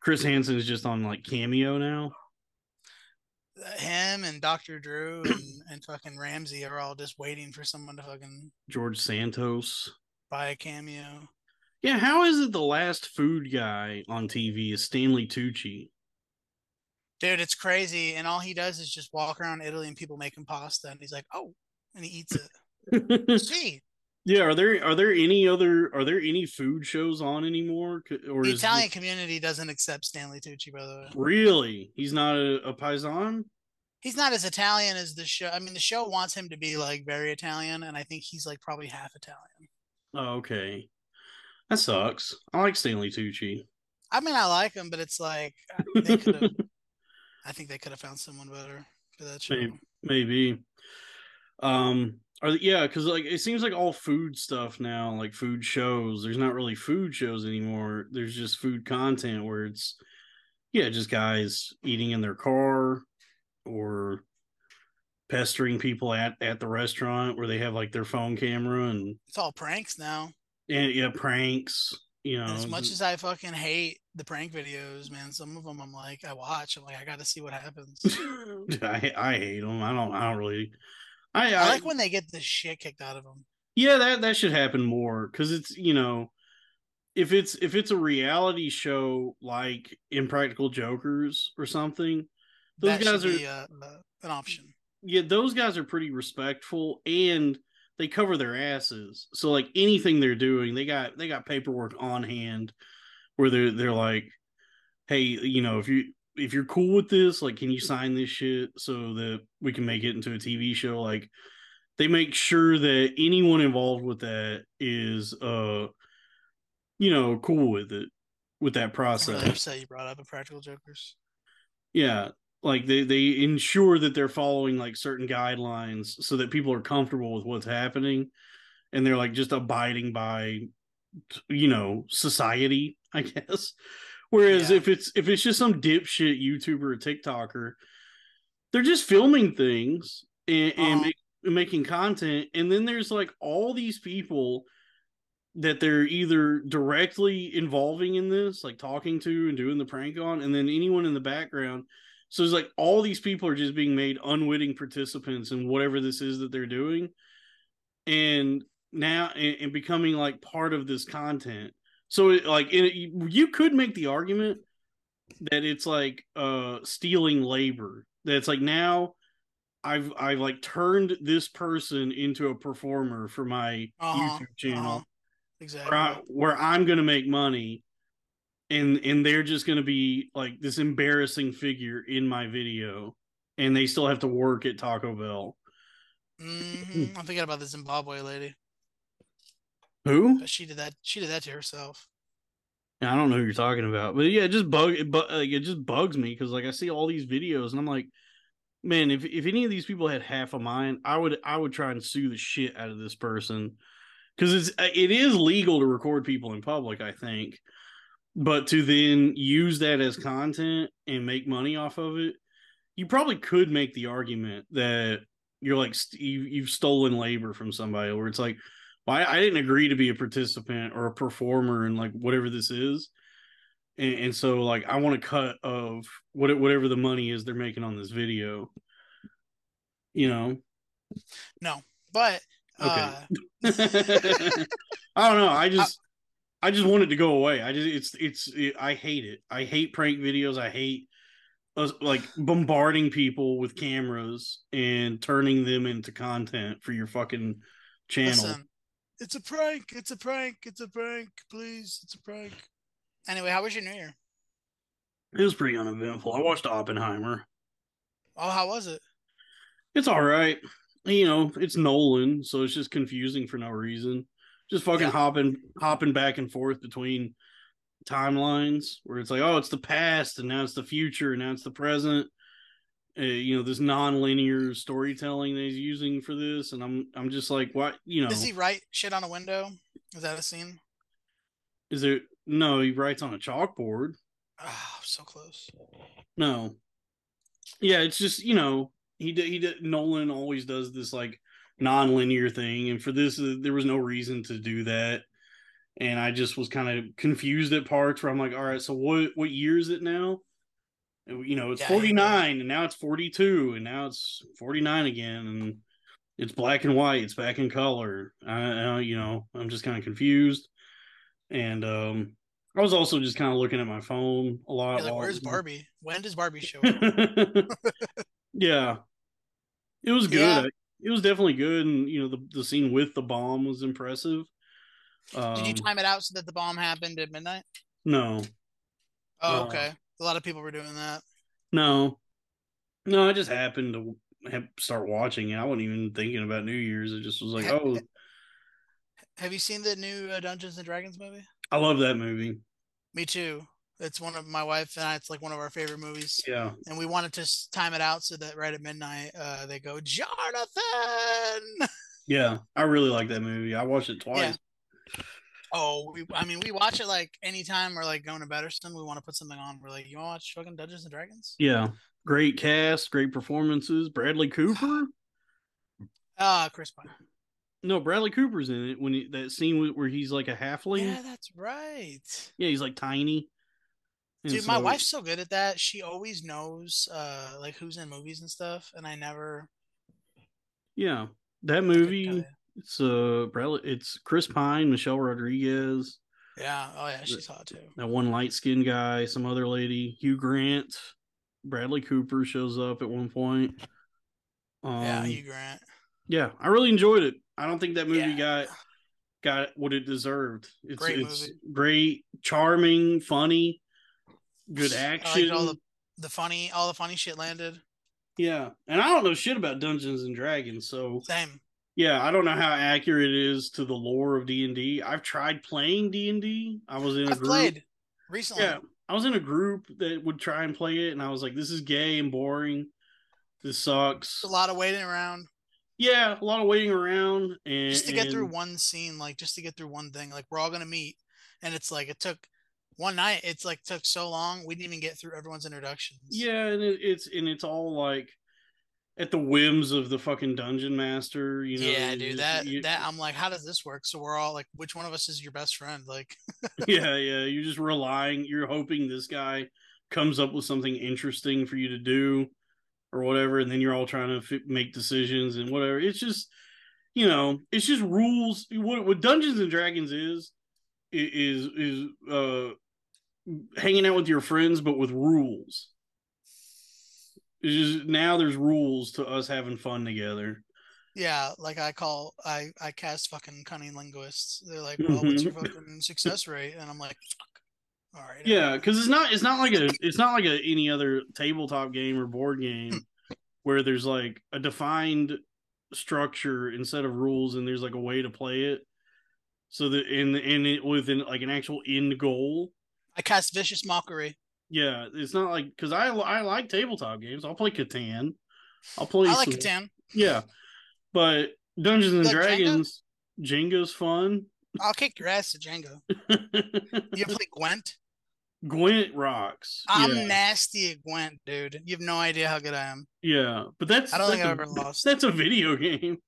[SPEAKER 2] chris hansen is just on like cameo now
[SPEAKER 3] Him and Dr. Drew and, and fucking Ramsey are all just waiting for someone to fucking
[SPEAKER 2] george santos
[SPEAKER 3] buy a cameo.
[SPEAKER 2] yeah how is it the last food guy on tv is stanley tucci
[SPEAKER 3] Dude, it's crazy. And all he does is just walk around Italy and people make him pasta and he's like, oh, and he eats it. See,
[SPEAKER 2] Yeah, are there are there any other are there any food shows on anymore? C- Or
[SPEAKER 3] the
[SPEAKER 2] is
[SPEAKER 3] Italian community doesn't accept Stanley Tucci, by the way.
[SPEAKER 2] really he's not a, a paisan?
[SPEAKER 3] He's not as Italian as the show. I mean, the show wants him to be like very Italian, and I think he's like probably half Italian.
[SPEAKER 2] Oh, okay, that sucks. I like Stanley Tucci.
[SPEAKER 3] I mean, I like him, but it's like they could have. I think they could have found someone better for that show.
[SPEAKER 2] Maybe. Maybe. Um, Are they, yeah, because like it seems like all food stuff now, like food shows. There's not really food shows anymore. There's just food content where it's yeah, just guys eating in their car or pestering people at at the restaurant where they have like their phone camera and
[SPEAKER 3] It's all pranks now.
[SPEAKER 2] and yeah pranks. You know,
[SPEAKER 3] And as much as I fucking hate the prank videos, man, some of them I'm like, I watch. I'm like, I got to see what happens.
[SPEAKER 2] I I hate them. I don't. I don't really. I
[SPEAKER 3] I like when they get the shit kicked out of them.
[SPEAKER 2] yeah that that should happen more because it's you know if it's if it's a reality show like impractical jokers or something those
[SPEAKER 3] that
[SPEAKER 2] guys
[SPEAKER 3] should
[SPEAKER 2] are
[SPEAKER 3] be uh, uh, an option.
[SPEAKER 2] yeah those guys are pretty respectful and they cover their asses so like anything they're doing they got they got paperwork on hand where they're they're like hey you know if you if you're cool with this like can you sign this shit so that we can make it into a tv show like they make sure that anyone involved with that is uh you know cool with it with that
[SPEAKER 3] I'm
[SPEAKER 2] process
[SPEAKER 3] really upset you brought up Impractical Jokers.
[SPEAKER 2] yeah, like they they ensure that they're following like certain guidelines so that people are comfortable with what's happening, and they're like just abiding by, you know, society, I guess. Whereas
[SPEAKER 3] Yeah.
[SPEAKER 2] if it's if it's just some dipshit YouTuber or TikToker, they're just filming things and, and
[SPEAKER 3] Uh-huh.
[SPEAKER 2] ma- making content, and then there's like all these people that they're either directly involving in this, like talking to and doing the prank on, and then anyone in the background. So it's like all these people are just being made unwitting participants in whatever this is that they're doing, and now and, and becoming like part of this content. So it, like it, you you could make the argument that it's like uh stealing labor. That it's like now I've I've like turned this person into a performer for my
[SPEAKER 3] Uh-huh,
[SPEAKER 2] YouTube channel
[SPEAKER 3] uh-huh. Exactly.
[SPEAKER 2] where, I, where I'm going to make money, and and they're just going to be like this embarrassing figure in my video, and they still have to work at Taco Bell.
[SPEAKER 3] Mhm. I'm thinking about the Zimbabwe lady.
[SPEAKER 2] Who?
[SPEAKER 3] But she did that. She did that to herself.
[SPEAKER 2] I don't know who you're talking about, but yeah, it just bug it, bu- like, it just bugs me because like I see all these videos and I'm like, man, if if any of these people had half a mind, I would I would try and sue the shit out of this person because it's uh, it is legal to record people in public, I think, but to then use that as content and make money off of it, you probably could make the argument that you're like st- you, you've stolen labor from somebody, where it's like well, I, I didn't agree to be a participant or a performer in like whatever this is. And, and so like I want a cut of what whatever the money is they're making on this video. You know?
[SPEAKER 3] But
[SPEAKER 2] Okay.
[SPEAKER 3] uh,
[SPEAKER 2] I don't know. I just I just want it to go away. I just it's it's it, I hate it. I hate prank videos. I hate us like bombarding people with cameras and turning them into content for your fucking channel.
[SPEAKER 3] listen, it's a prank. It's a prank. It's a prank. Please, it's a prank. Anyway, how was your New Year?
[SPEAKER 2] It was pretty uneventful. I watched Oppenheimer.
[SPEAKER 3] Oh, how was it?
[SPEAKER 2] It's all right. You know, it's Nolan, so it's just confusing for no reason. Just fucking
[SPEAKER 3] Yeah.
[SPEAKER 2] hopping hopping back and forth between timelines where it's like, oh, it's the past and now it's the future and now it's the present. Uh, you know, this non-linear storytelling that he's using for this and I'm I'm just like, what, you know,
[SPEAKER 3] Does he write shit on a window? Is that a scene?
[SPEAKER 2] is there no, he writes on a chalkboard.
[SPEAKER 3] Oh, so close.
[SPEAKER 2] No. Yeah, it's just you know he did he did Nolan always does this like non-linear thing, and for this uh, there was no reason to do that, and I just was kind of confused at parts where I'm like, all right, so what what year is it now? And, You know, it's
[SPEAKER 3] Yeah, I hate
[SPEAKER 2] 49,
[SPEAKER 3] that.
[SPEAKER 2] and now it's 42, and now it's 49 again, and it's black and white, it's back in color. I, I you know I'm just kind of confused, and um I was also just kind of looking at my phone a lot.
[SPEAKER 3] You're like,
[SPEAKER 2] while-
[SPEAKER 3] where's Barbie? When does Barbie show up?
[SPEAKER 2] yeah. It was good.
[SPEAKER 3] Yeah.
[SPEAKER 2] It was definitely good. And, you know, the, the scene with the bomb was impressive. Um,
[SPEAKER 3] Did you time it out so that the bomb happened at midnight?
[SPEAKER 2] No,
[SPEAKER 3] Oh,
[SPEAKER 2] No.
[SPEAKER 3] okay. A lot of people were doing that.
[SPEAKER 2] no, no. I just happened to ha- start watching it. I wasn't even thinking about New Year's. It just was like, oh,
[SPEAKER 3] Have you seen the new uh, Dungeons and Dragons movie?
[SPEAKER 2] I love that movie.
[SPEAKER 3] Me too. It's one of my wife and I. It's like one of our favorite movies,
[SPEAKER 2] Yeah.
[SPEAKER 3] and we wanted to s- time it out so that right at midnight, uh, they go Jonathan.
[SPEAKER 2] Yeah, I really like that movie. I watched it twice.
[SPEAKER 3] Oh, we, I mean, we watch it like anytime we're like going to bed or something. We want to put something on. We're like, you want to watch fucking Dungeons and Dragons?
[SPEAKER 2] Yeah. Great cast, great performances. Bradley Cooper.
[SPEAKER 3] Ah, Chris Pine.
[SPEAKER 2] No, Bradley Cooper's in it when he, that scene wh- where he's like a halfling.
[SPEAKER 3] Yeah,
[SPEAKER 2] Yeah,
[SPEAKER 3] that's right.
[SPEAKER 2] he's like tiny. And
[SPEAKER 3] Dude, my
[SPEAKER 2] so-
[SPEAKER 3] wife's so good at that. She always knows uh like who's in movies and stuff, and I never
[SPEAKER 2] Yeah, that
[SPEAKER 3] could tell
[SPEAKER 2] movie.
[SPEAKER 3] you.
[SPEAKER 2] It's uh, Bradley. It's Chris Pine, Michelle Rodriguez,
[SPEAKER 3] Yeah. Oh yeah, she's hot too.
[SPEAKER 2] that one light skinned guy, some other lady, Hugh Grant, Bradley Cooper shows up at one point. Um,
[SPEAKER 3] yeah, Hugh Grant.
[SPEAKER 2] Yeah, I really enjoyed it. I don't think that movie
[SPEAKER 3] Yeah.
[SPEAKER 2] got got what it deserved. It's
[SPEAKER 3] Great
[SPEAKER 2] it's
[SPEAKER 3] movie.
[SPEAKER 2] great, charming, funny, good
[SPEAKER 3] I
[SPEAKER 2] action.
[SPEAKER 3] liked Oh, all the the funny, all the funny shit landed.
[SPEAKER 2] Yeah, and I don't know shit about Dungeons and Dragons, so
[SPEAKER 3] Same.
[SPEAKER 2] yeah, I don't know how accurate it is to the lore of D and I've tried playing D and I was in a
[SPEAKER 3] I've
[SPEAKER 2] group.
[SPEAKER 3] played recently.
[SPEAKER 2] Yeah, I was in a group that would try and play it, and I was like, "This is gay and boring. This sucks."
[SPEAKER 3] It's a lot of waiting around
[SPEAKER 2] Yeah, a lot of waiting around and
[SPEAKER 3] just to get through
[SPEAKER 2] and-
[SPEAKER 3] one scene, like just to get through one thing. Like we're all gonna meet, and it's like it took one night. It's like took so long. We didn't even get through everyone's introductions.
[SPEAKER 2] Yeah, and it, it's and it's all like at the whims of the fucking dungeon master, you know.
[SPEAKER 3] yeah,
[SPEAKER 2] you
[SPEAKER 3] dude.
[SPEAKER 2] just-
[SPEAKER 3] That
[SPEAKER 2] you-
[SPEAKER 3] that I'm like, how does this work? So we're all like, which one of us is your best friend? Like,
[SPEAKER 2] Yeah, yeah. You're just relying, you're hoping this guy comes up with something interesting for you to do or whatever, and then you're all trying to fi- make decisions and whatever. It's just, you know, it's just rules. What, what Dungeons and Dragons is i- is is uh hanging out with your friends, but with rules. It's just now there's rules to us having fun together.
[SPEAKER 3] yeah, like I call I I cast fucking cunning linguists. They're like, well,
[SPEAKER 2] Mm-hmm.
[SPEAKER 3] what's your fucking success rate? And I'm like, fuck. All right.
[SPEAKER 2] Yeah, because it's not it's not like a it's not like a any other tabletop game or board game where there's like a defined structure and set of rules and there's like a way to play it. So that in in it with an, like an actual end goal.
[SPEAKER 3] I cast vicious mockery.
[SPEAKER 2] Yeah, it's not like because I I like tabletop games. I'll play Catan. I'll play.
[SPEAKER 3] I like
[SPEAKER 2] some-
[SPEAKER 3] Catan.
[SPEAKER 2] Yeah, but Dungeons and
[SPEAKER 3] Like Jenga?
[SPEAKER 2] Dragons, Jenga's fun.
[SPEAKER 3] I'll kick your ass to Django. You play Gwent?
[SPEAKER 2] Gwent rocks.
[SPEAKER 3] I'm
[SPEAKER 2] yeah,
[SPEAKER 3] nasty at Gwent, dude. You have no idea how good I am.
[SPEAKER 2] yeah, but that's
[SPEAKER 3] I don't
[SPEAKER 2] that's
[SPEAKER 3] think I've
[SPEAKER 2] a-
[SPEAKER 3] ever lost.
[SPEAKER 2] That's a video game.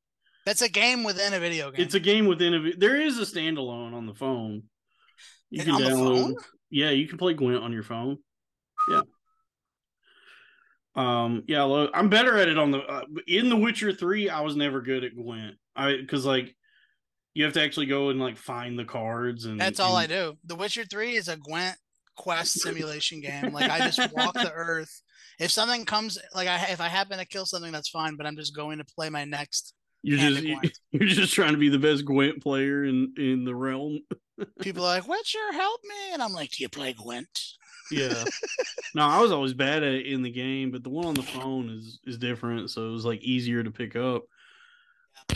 [SPEAKER 3] That's a game within a video game.
[SPEAKER 2] It's a game within a. vi- There is a standalone on the phone. You
[SPEAKER 3] And on the phone?
[SPEAKER 2] Yeah, you can play Gwent on your phone. Yeah. Um. Yeah. I love- I'm better at it on the. Uh, in The Witcher Three, I was never good at Gwent. I because like, you have to actually go and like find the cards and.
[SPEAKER 3] That's all I
[SPEAKER 2] and-
[SPEAKER 3] do. The Witcher 3 is a Gwent quest simulation game. Like I just walk the earth. If something comes like I if I happen to kill something, that's fine, but I'm just going to play my next
[SPEAKER 2] You're
[SPEAKER 3] hand
[SPEAKER 2] just
[SPEAKER 3] at
[SPEAKER 2] you,
[SPEAKER 3] Gwent.
[SPEAKER 2] you're just trying to be the best Gwent player in in the realm.
[SPEAKER 3] People are like, Witcher, help me. And I'm like, Do you play Gwent?
[SPEAKER 2] Yeah. no, I was always bad at it in the game, but the one on the phone is is different, so it was like easier to pick up.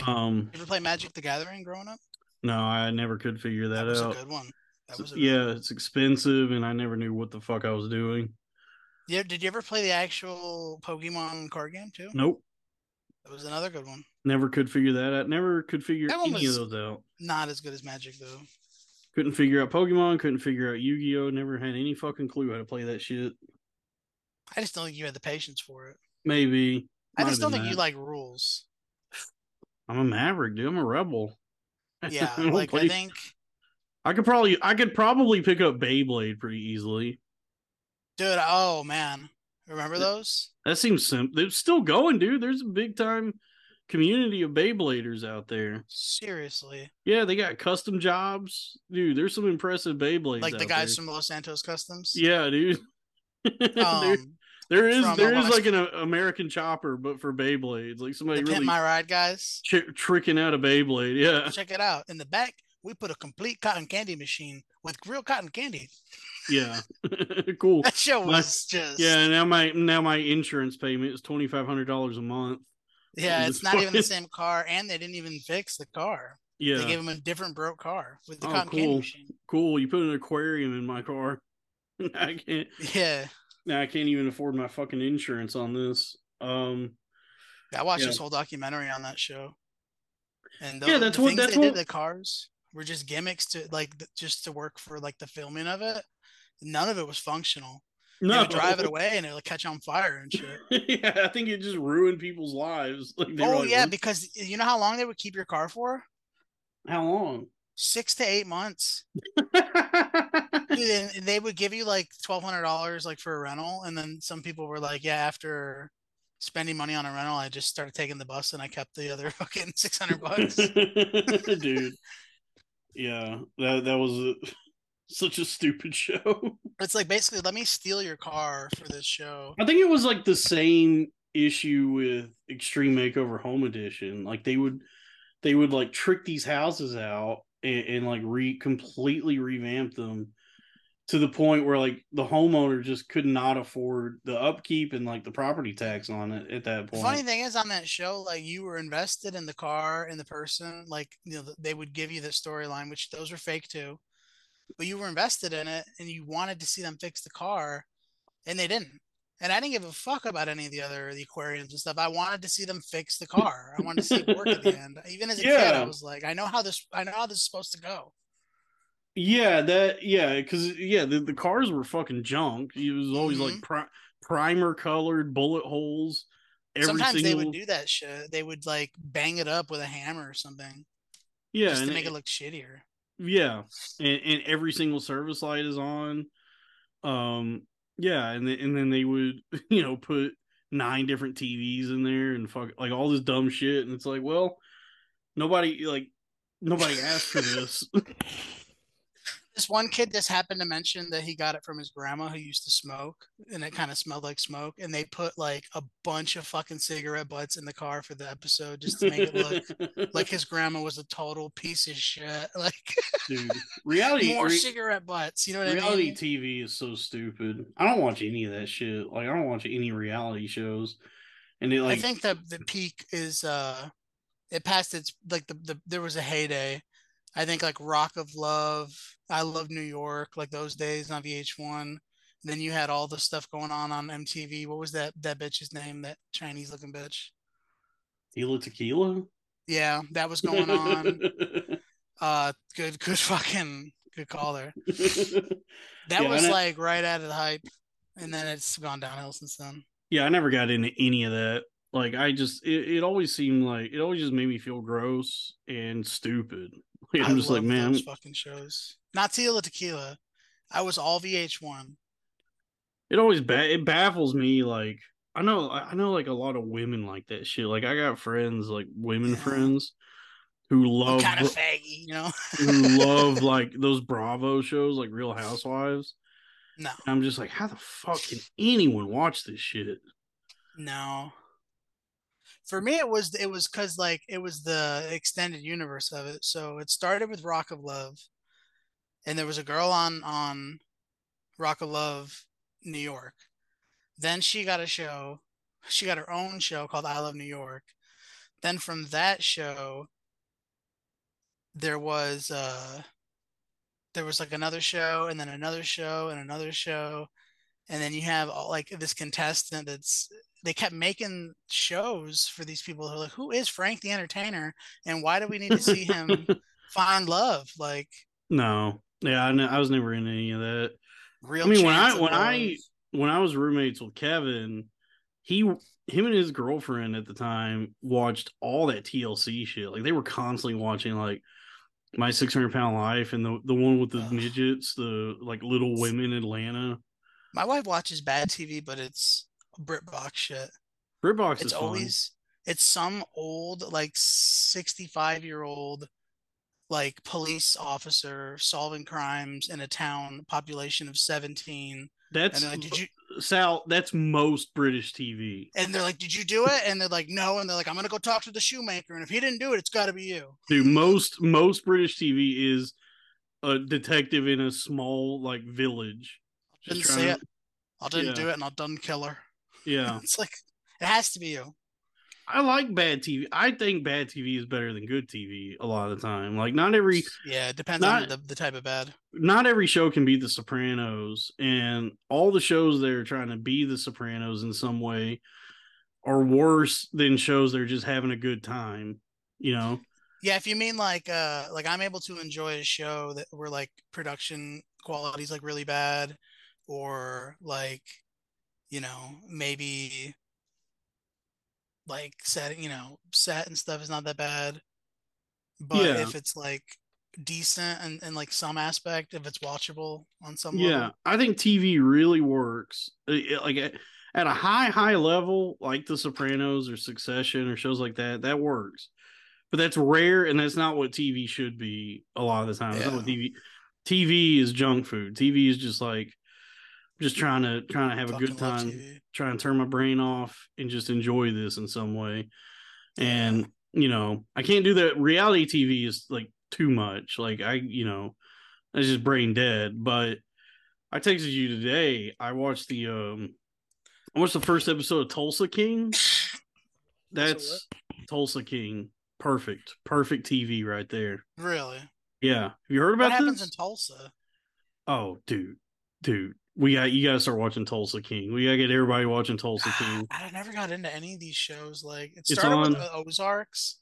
[SPEAKER 2] Um,
[SPEAKER 3] You ever play Magic the Gathering growing up?
[SPEAKER 2] no, I never could figure
[SPEAKER 3] That
[SPEAKER 2] that,
[SPEAKER 3] was
[SPEAKER 2] out.
[SPEAKER 3] a good one. That was a good
[SPEAKER 2] yeah, it's expensive, and I never knew what the fuck I was doing.
[SPEAKER 3] Yeah, did you ever play the actual Pokemon card game too?
[SPEAKER 2] Nope,
[SPEAKER 3] That was another good one.
[SPEAKER 2] never could figure that out. Never could figure
[SPEAKER 3] That one
[SPEAKER 2] any
[SPEAKER 3] was-
[SPEAKER 2] of those out.
[SPEAKER 3] Not as good as Magic though.
[SPEAKER 2] Couldn't figure out Pokemon. Couldn't figure out Yu Gi Oh. Never had any fucking clue how to play that shit.
[SPEAKER 3] I just don't think you had the patience for it.
[SPEAKER 2] Maybe
[SPEAKER 3] I
[SPEAKER 2] Might
[SPEAKER 3] just
[SPEAKER 2] have
[SPEAKER 3] don't
[SPEAKER 2] been
[SPEAKER 3] think you
[SPEAKER 2] that.
[SPEAKER 3] like rules.
[SPEAKER 2] I'm a maverick, dude. I'm a rebel.
[SPEAKER 3] Yeah,
[SPEAKER 2] don't
[SPEAKER 3] like I
[SPEAKER 2] play-
[SPEAKER 3] think
[SPEAKER 2] I could probably I could probably pick up Beyblade pretty easily.
[SPEAKER 3] dude, oh man. Remember
[SPEAKER 2] Yeah.
[SPEAKER 3] those?
[SPEAKER 2] That seems simple. They're still going, dude. There's a big time community of Beybladers out there.
[SPEAKER 3] Seriously.
[SPEAKER 2] Yeah, they got custom jobs, dude. There's some impressive Beyblades.
[SPEAKER 3] Like the
[SPEAKER 2] out
[SPEAKER 3] guys
[SPEAKER 2] there.
[SPEAKER 3] from Los Santos Customs.
[SPEAKER 2] Yeah, dude. There-
[SPEAKER 3] Um,
[SPEAKER 2] there is
[SPEAKER 3] from,
[SPEAKER 2] there
[SPEAKER 3] uh,
[SPEAKER 2] is
[SPEAKER 3] West-
[SPEAKER 2] like an uh, American chopper, but for Beyblades, like somebody
[SPEAKER 3] the Pimp
[SPEAKER 2] really
[SPEAKER 3] My Ride guys.
[SPEAKER 2] tri- tricking out a Beyblade. Yeah,
[SPEAKER 3] Check it out. In the back, we put a complete cotton candy machine with real cotton candy.
[SPEAKER 2] yeah, cool.
[SPEAKER 3] That show
[SPEAKER 2] My-
[SPEAKER 3] was just
[SPEAKER 2] Yeah, now my now my insurance payment is twenty five hundred dollars a month.
[SPEAKER 3] Yeah,
[SPEAKER 2] it's
[SPEAKER 3] it's not even the
[SPEAKER 2] fucking-
[SPEAKER 3] same car, and they didn't even fix the car. They
[SPEAKER 2] Yeah,
[SPEAKER 3] gave him a different broke car with the
[SPEAKER 2] Oh,
[SPEAKER 3] cotton candy
[SPEAKER 2] cool.
[SPEAKER 3] machine.
[SPEAKER 2] cool. You put an aquarium in my car. I can't.
[SPEAKER 3] Yeah.
[SPEAKER 2] Now I can't even afford my fucking insurance on this. Um,
[SPEAKER 3] I watched
[SPEAKER 2] Yeah.
[SPEAKER 3] this whole documentary on that show. And
[SPEAKER 2] Yeah,
[SPEAKER 3] tho-
[SPEAKER 2] that's
[SPEAKER 3] the
[SPEAKER 2] what-
[SPEAKER 3] things
[SPEAKER 2] that's
[SPEAKER 3] they
[SPEAKER 2] what-
[SPEAKER 3] did. The cars were just gimmicks to like th- just to work for like the filming of it. None of it was functional. They
[SPEAKER 2] No,
[SPEAKER 3] would drive it away and it would catch on fire and shit.
[SPEAKER 2] yeah, I think it just ruined people's lives. Like, they were
[SPEAKER 3] oh
[SPEAKER 2] like,
[SPEAKER 3] yeah,
[SPEAKER 2] "What?
[SPEAKER 3] because you know how long they would keep your car for?
[SPEAKER 2] how long?
[SPEAKER 3] Six to eight months. Dude, and and they would give you like twelve hundred dollars like for a rental, and then some people were like, "Yeah, after spending money on a rental, I just started taking the bus and I kept the other fucking six hundred bucks."
[SPEAKER 2] Dude, yeah, that that was a, such a stupid show.
[SPEAKER 3] it's like basically, let me steal your car for this show.
[SPEAKER 2] I think it was like the same issue with Extreme Makeover Home Edition. Like they would they would like trick these houses out and, and like re completely revamp them to the point where like the homeowner just could not afford the upkeep and like the property tax on it at that
[SPEAKER 3] The
[SPEAKER 2] point.
[SPEAKER 3] funny thing is, on that show, like you were invested in the car and the person. Like you know, th- they would give you the storyline, which those were fake too, but you were invested in it and you wanted to see them fix the car, and they didn't. And I didn't give a fuck about any of the other the aquariums and stuff. I wanted to see them fix the car. I wanted to see it work at the end. Even as a kid,
[SPEAKER 2] Yeah.
[SPEAKER 3] I was like, I know how this. I know how this is supposed to go.
[SPEAKER 2] Yeah, that yeah, because yeah, the, the cars were fucking junk. It was always
[SPEAKER 3] Mm-hmm.
[SPEAKER 2] like pri- primer colored bullet holes. Every
[SPEAKER 3] Sometimes
[SPEAKER 2] single,
[SPEAKER 3] they would do that shit. They would like bang it up with a hammer or something,
[SPEAKER 2] yeah,
[SPEAKER 3] just to
[SPEAKER 2] and
[SPEAKER 3] make
[SPEAKER 2] it-
[SPEAKER 3] it look shittier.
[SPEAKER 2] Yeah, and, and every single service light is on. Um, yeah, and then, and then they would you know put nine different TVs in there and fuck like all this dumb shit, and it's like, well, nobody like nobody asked for this.
[SPEAKER 3] this one kid just happened to mention that he got it from his grandma who used to smoke and it kind of smelled like smoke and they put like a bunch of fucking cigarette butts in the car for the episode just to make it look like his grandma was a total piece of shit like
[SPEAKER 2] dude, reality
[SPEAKER 3] more
[SPEAKER 2] re-
[SPEAKER 3] cigarette butts you know what i
[SPEAKER 2] reality
[SPEAKER 3] mean
[SPEAKER 2] TV is so stupid. I don't watch any of that shit. Like I don't watch any reality shows, and it like
[SPEAKER 3] i think the the peak is uh it passed its like the, the there was a heyday i think like rock of love i love new york like those days on vh1 then you had all the stuff going on on mtv what was that that bitch's name that chinese looking bitch
[SPEAKER 2] tequila tequila
[SPEAKER 3] yeah that was going on uh good good fucking good call there that
[SPEAKER 2] Yeah,
[SPEAKER 3] was
[SPEAKER 2] and I-
[SPEAKER 3] like right out of the hype and then it's gone downhill since then
[SPEAKER 2] Yeah, I never got into any of that. Like I just it, it always seemed like it always just made me feel gross and stupid. Like, I'm
[SPEAKER 3] I
[SPEAKER 2] just like,
[SPEAKER 3] love
[SPEAKER 2] man,
[SPEAKER 3] those fucking shows not tequila tequila i was all vh1
[SPEAKER 2] it always ba- it baffles me like I know I I know like a lot of women like that shit. Like I got friends, like women
[SPEAKER 3] Yeah.
[SPEAKER 2] friends who
[SPEAKER 3] I'm
[SPEAKER 2] love
[SPEAKER 3] kind of faggy, you know?
[SPEAKER 2] who love like those Bravo shows like Real Housewives.
[SPEAKER 3] No,
[SPEAKER 2] And I'm just like, how the fuck can anyone watch this shit?
[SPEAKER 3] no. For me, it was it was because like it was the extended universe of it. So it started with Rock of Love, and there was a girl on on Rock of Love, New York. Then she got a show. She got her own show called I Love New York. Then from that show, there was uh there was like another show and then another show and another show and then you have all, like this contestant that's they kept making shows for these people who are like who is frank the entertainer and why do we need to see him find love like
[SPEAKER 2] no. Yeah, I, ne- I was never into any of that.
[SPEAKER 3] real
[SPEAKER 2] I mean, when
[SPEAKER 3] Chance
[SPEAKER 2] I-
[SPEAKER 3] of
[SPEAKER 2] when I-
[SPEAKER 3] Love.
[SPEAKER 2] when I was roommates with Kevin, he him and his girlfriend at the time watched all that TLC shit. Like they were constantly watching like my six hundred pound life and the the one with the
[SPEAKER 3] Ugh.
[SPEAKER 2] midgets, the like Little Women Atlanta.
[SPEAKER 3] my wife watches bad tv but it's britbox shit
[SPEAKER 2] Britbox
[SPEAKER 3] it's
[SPEAKER 2] is fun.
[SPEAKER 3] always it's some old like 65 year old like police officer solving crimes in a town population of 17 and
[SPEAKER 2] that's
[SPEAKER 3] they're like did you
[SPEAKER 2] Sal. That's most British TV.
[SPEAKER 3] and they're like did you do it and they're like no and they're like i'm gonna go talk to the shoemaker and if he didn't do it it's gotta be you
[SPEAKER 2] Dude, most most British TV is a detective in a small like village. Just
[SPEAKER 3] Didn't
[SPEAKER 2] trying
[SPEAKER 3] say
[SPEAKER 2] to-
[SPEAKER 3] it. i didn't
[SPEAKER 2] Yeah.
[SPEAKER 3] do it and i done kill her
[SPEAKER 2] Yeah.
[SPEAKER 3] it's like it has to be you
[SPEAKER 2] I like bad TV. I think bad TV is better than good TV a lot of the time. Like not every
[SPEAKER 3] yeah it depends
[SPEAKER 2] Not-
[SPEAKER 3] on the, the type of bad
[SPEAKER 2] not every show can be The Sopranos, and all the shows that are trying to be The Sopranos in some way are worse than shows that are just having a good time. You know,
[SPEAKER 3] Yeah, if you mean like uh like I'm able to enjoy a show that where like production quality's like really bad or like you know, maybe like set you know, set and stuff is not that bad. But
[SPEAKER 2] Yeah.
[SPEAKER 3] if it's like decent and, and like some aspect, if it's watchable on some
[SPEAKER 2] Yeah,
[SPEAKER 3] level.
[SPEAKER 2] I think TV really works. Uh, Like at at a high, high level, like The Sopranos or Succession or shows like that, that works. But that's rare, and that's not what TV should be a lot of the time. It's not what
[SPEAKER 3] Yeah.
[SPEAKER 2] TV. TV is junk food. TV is just like just trying to trying to have a good
[SPEAKER 3] Fucking love
[SPEAKER 2] time
[SPEAKER 3] TV.
[SPEAKER 2] try and turn my brain off and just enjoy this in some way. And you know, I can't do that. Reality TV is like too much. Like I, you know, it's just brain dead. But I texted you today. I watched the um, I watched the first episode of Tulsa King. That's Tulsa King. Perfect, perfect TV right there.
[SPEAKER 3] Really?
[SPEAKER 2] Yeah, have you heard
[SPEAKER 3] What
[SPEAKER 2] about
[SPEAKER 3] happens
[SPEAKER 2] this?
[SPEAKER 3] in Tulsa?
[SPEAKER 2] oh, dude, dude, we got you got to start watching Tulsa King. We got to get everybody watching Tulsa King.
[SPEAKER 3] I never got into any of these shows. Like it
[SPEAKER 2] It's
[SPEAKER 3] started with
[SPEAKER 2] on-
[SPEAKER 3] the Ozarks.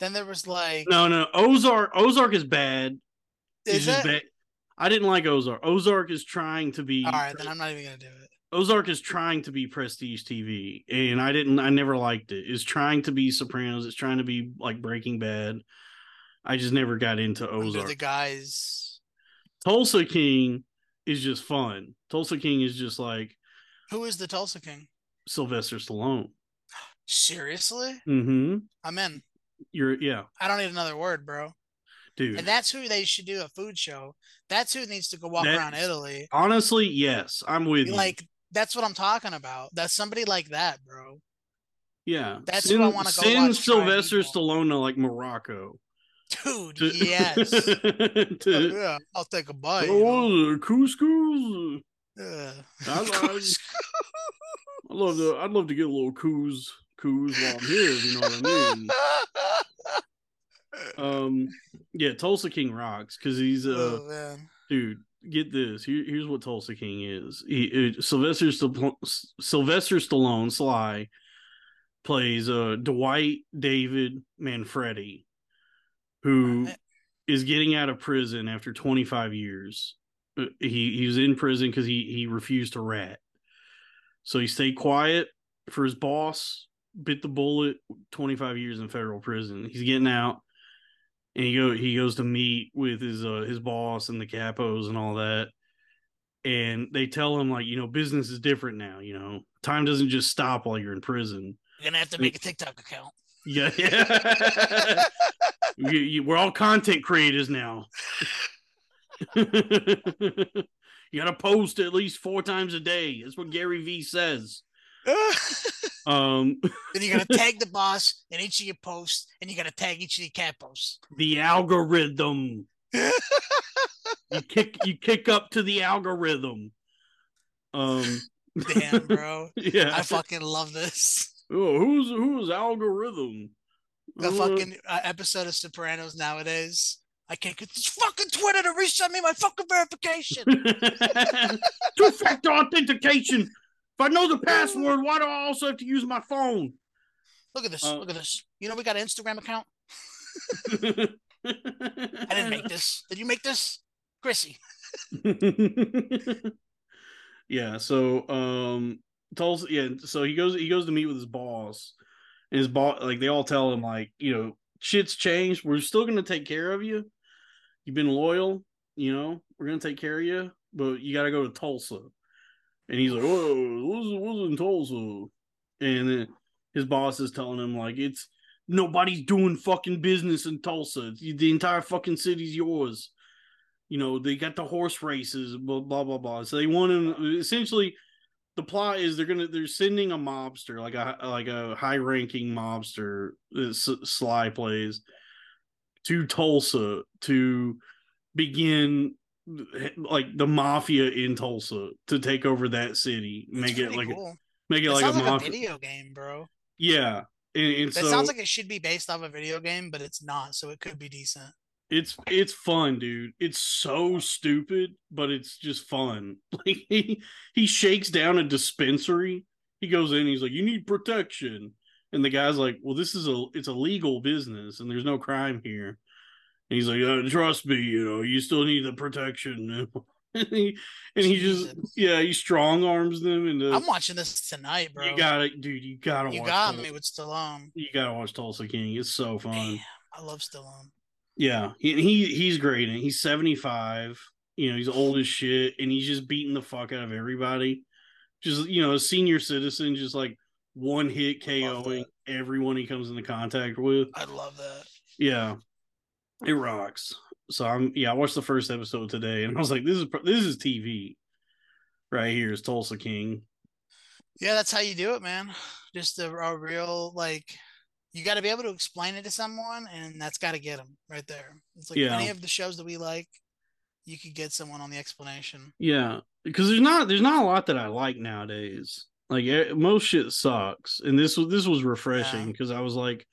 [SPEAKER 3] Then there was like
[SPEAKER 2] No, no, Ozark. Ozark is bad. It's
[SPEAKER 3] is
[SPEAKER 2] just bad.
[SPEAKER 3] it?
[SPEAKER 2] I didn't like Ozark. Ozark is trying to be
[SPEAKER 3] All right, then I'm not even gonna do it.
[SPEAKER 2] Ozark is trying to be prestige TV, and I didn't. I never liked it. It's trying to be Sopranos. It's trying to be like Breaking Bad. I just never got into
[SPEAKER 3] Under
[SPEAKER 2] Ozark.
[SPEAKER 3] the guys
[SPEAKER 2] Tulsa King is just fun. Tulsa King is just like
[SPEAKER 3] who is the Tulsa King?
[SPEAKER 2] Sylvester Stallone.
[SPEAKER 3] Seriously?
[SPEAKER 2] Mm-hmm.
[SPEAKER 3] I'm in.
[SPEAKER 2] You're yeah,
[SPEAKER 3] I don't need another word, bro.
[SPEAKER 2] dude.
[SPEAKER 3] And that's who they should do a food show. That's who needs to go walk around
[SPEAKER 2] That's-
[SPEAKER 3] Italy.
[SPEAKER 2] Honestly, yes, I'm with you.
[SPEAKER 3] Like that's what I'm talking about. That's somebody like that, bro.
[SPEAKER 2] yeah,
[SPEAKER 3] that's
[SPEAKER 2] send,
[SPEAKER 3] who I wanna go
[SPEAKER 2] Send
[SPEAKER 3] watch try
[SPEAKER 2] Sylvester
[SPEAKER 3] meatball.
[SPEAKER 2] Stallone to like Morocco.
[SPEAKER 3] Dude,
[SPEAKER 2] To-
[SPEAKER 3] yes.
[SPEAKER 2] to-
[SPEAKER 3] yeah, I'll take a bite. you know?
[SPEAKER 2] Oh, the couscous.
[SPEAKER 3] Yeah.
[SPEAKER 2] I like- I love to. I'd love to get a little coos coos while I'm here. if You know what I mean? Um, yeah, Tulsa King rocks because he's uh,
[SPEAKER 3] oh man.
[SPEAKER 2] dude. Get this. Here, here's what Tulsa King is. He uh, Sylvester Stall- Sylvester Stallone Sly plays uh Dwight David Manfredi, who
[SPEAKER 3] Alright.
[SPEAKER 2] is getting out of prison after 25 years. Uh, He he was in prison because he he refused to rat, so he stayed quiet for his boss. Bit the bullet. 25 years in federal prison. He's getting out, and he go he goes to meet with his uh, his boss and the capos and all that. And they tell him like you know business is different now. You know time doesn't just stop while you're in prison.
[SPEAKER 3] You're gonna have to make a TikTok account.
[SPEAKER 2] Yeah, yeah. You- you- we're all content creators now. you gotta post at least four times a day. That's what Gary Vee says. Um,
[SPEAKER 3] then you're gonna tag the boss in each of your posts, and you're gonna tag each of the capos.
[SPEAKER 2] the algorithm. you kick you kick up to the algorithm. Um
[SPEAKER 3] Damn, bro,
[SPEAKER 2] yeah.
[SPEAKER 3] I fucking love this.
[SPEAKER 2] oh, who's who's algorithm?
[SPEAKER 3] The
[SPEAKER 2] Uh,
[SPEAKER 3] fucking uh, episode of Sopranos nowadays. I can't get this fucking Twitter to resend me my fucking verification.
[SPEAKER 2] two factor authentication. If I know the password, why do I also have to use my phone?
[SPEAKER 3] Look at this.
[SPEAKER 2] Uh,
[SPEAKER 3] look at this. You know we got an Instagram account. I
[SPEAKER 2] I
[SPEAKER 3] didn't make this. Did you make this, Chrissy?
[SPEAKER 2] yeah, so um Tulsa yeah, so he goes he goes to meet with his boss. And his boss like they all tell him like, you know, shit's changed. We're still gonna take care of you. You've been loyal, you know, we're gonna take care of you, but you gotta go to Tulsa. And he's like, Whoa, what's, what's in Tulsa? And then his boss is telling him like it's nobody's doing fucking business in Tulsa. It's- The entire fucking city's yours you know they got the horse races blah blah blah blah so they want him essentially the plot is they're gonna they're sending a mobster like a like a high ranking mobster that S- sly plays to tulsa to begin like the mafia in tulsa to take over that city make
[SPEAKER 3] It's
[SPEAKER 2] it
[SPEAKER 3] pretty
[SPEAKER 2] like
[SPEAKER 3] cool.
[SPEAKER 2] make it
[SPEAKER 3] That
[SPEAKER 2] like a
[SPEAKER 3] sounds like a
[SPEAKER 2] mafia
[SPEAKER 3] video game, bro.
[SPEAKER 2] yeah and, and
[SPEAKER 3] That
[SPEAKER 2] so
[SPEAKER 3] sounds like it should be based off a video game, but it's not, so it could be decent.
[SPEAKER 2] it's it's fun dude it's so stupid but it's just fun like he, he shakes down a dispensary he goes in he's like you need protection And the guy's like, "Well, this is a it's a legal business, and there's no crime here." And he's like, uh, "Trust me, you know, you still need the protection." and he, and he just
[SPEAKER 3] Jesus.
[SPEAKER 2] yeah, he strong arms them into.
[SPEAKER 3] I'm watching this tonight, bro.
[SPEAKER 2] you got it, dude. You gotta
[SPEAKER 3] You
[SPEAKER 2] watch.
[SPEAKER 3] got
[SPEAKER 2] Tul-
[SPEAKER 3] me with Stallone.
[SPEAKER 2] You gotta watch Tulsa King. It's so fun.
[SPEAKER 3] Damn, I love Stallone.
[SPEAKER 2] Yeah, he he he's great, and he's seventy five. You know, he's old as shit, and he's just beating the fuck out of everybody. Just you know, a senior citizen, just like one hit
[SPEAKER 3] Love
[SPEAKER 2] KOing everyone he comes into contact with.
[SPEAKER 3] I love that.
[SPEAKER 2] Yeah, it rocks. So I'm yeah, I watched the first episode today, and I was like, this is pro- this is TV, right here is Tulsa King.
[SPEAKER 3] Yeah, that's how you do it, man. Just a, a real like, you got to be able to explain it to someone, and that's got to get them right there. It's like
[SPEAKER 2] Yeah.
[SPEAKER 3] any of the shows that we like, you could get someone on the explanation.
[SPEAKER 2] Yeah, because there's not there's not a lot that I like nowadays. Like eh, most shit sucks, and this was this was refreshing
[SPEAKER 3] Yeah.
[SPEAKER 2] because I was like,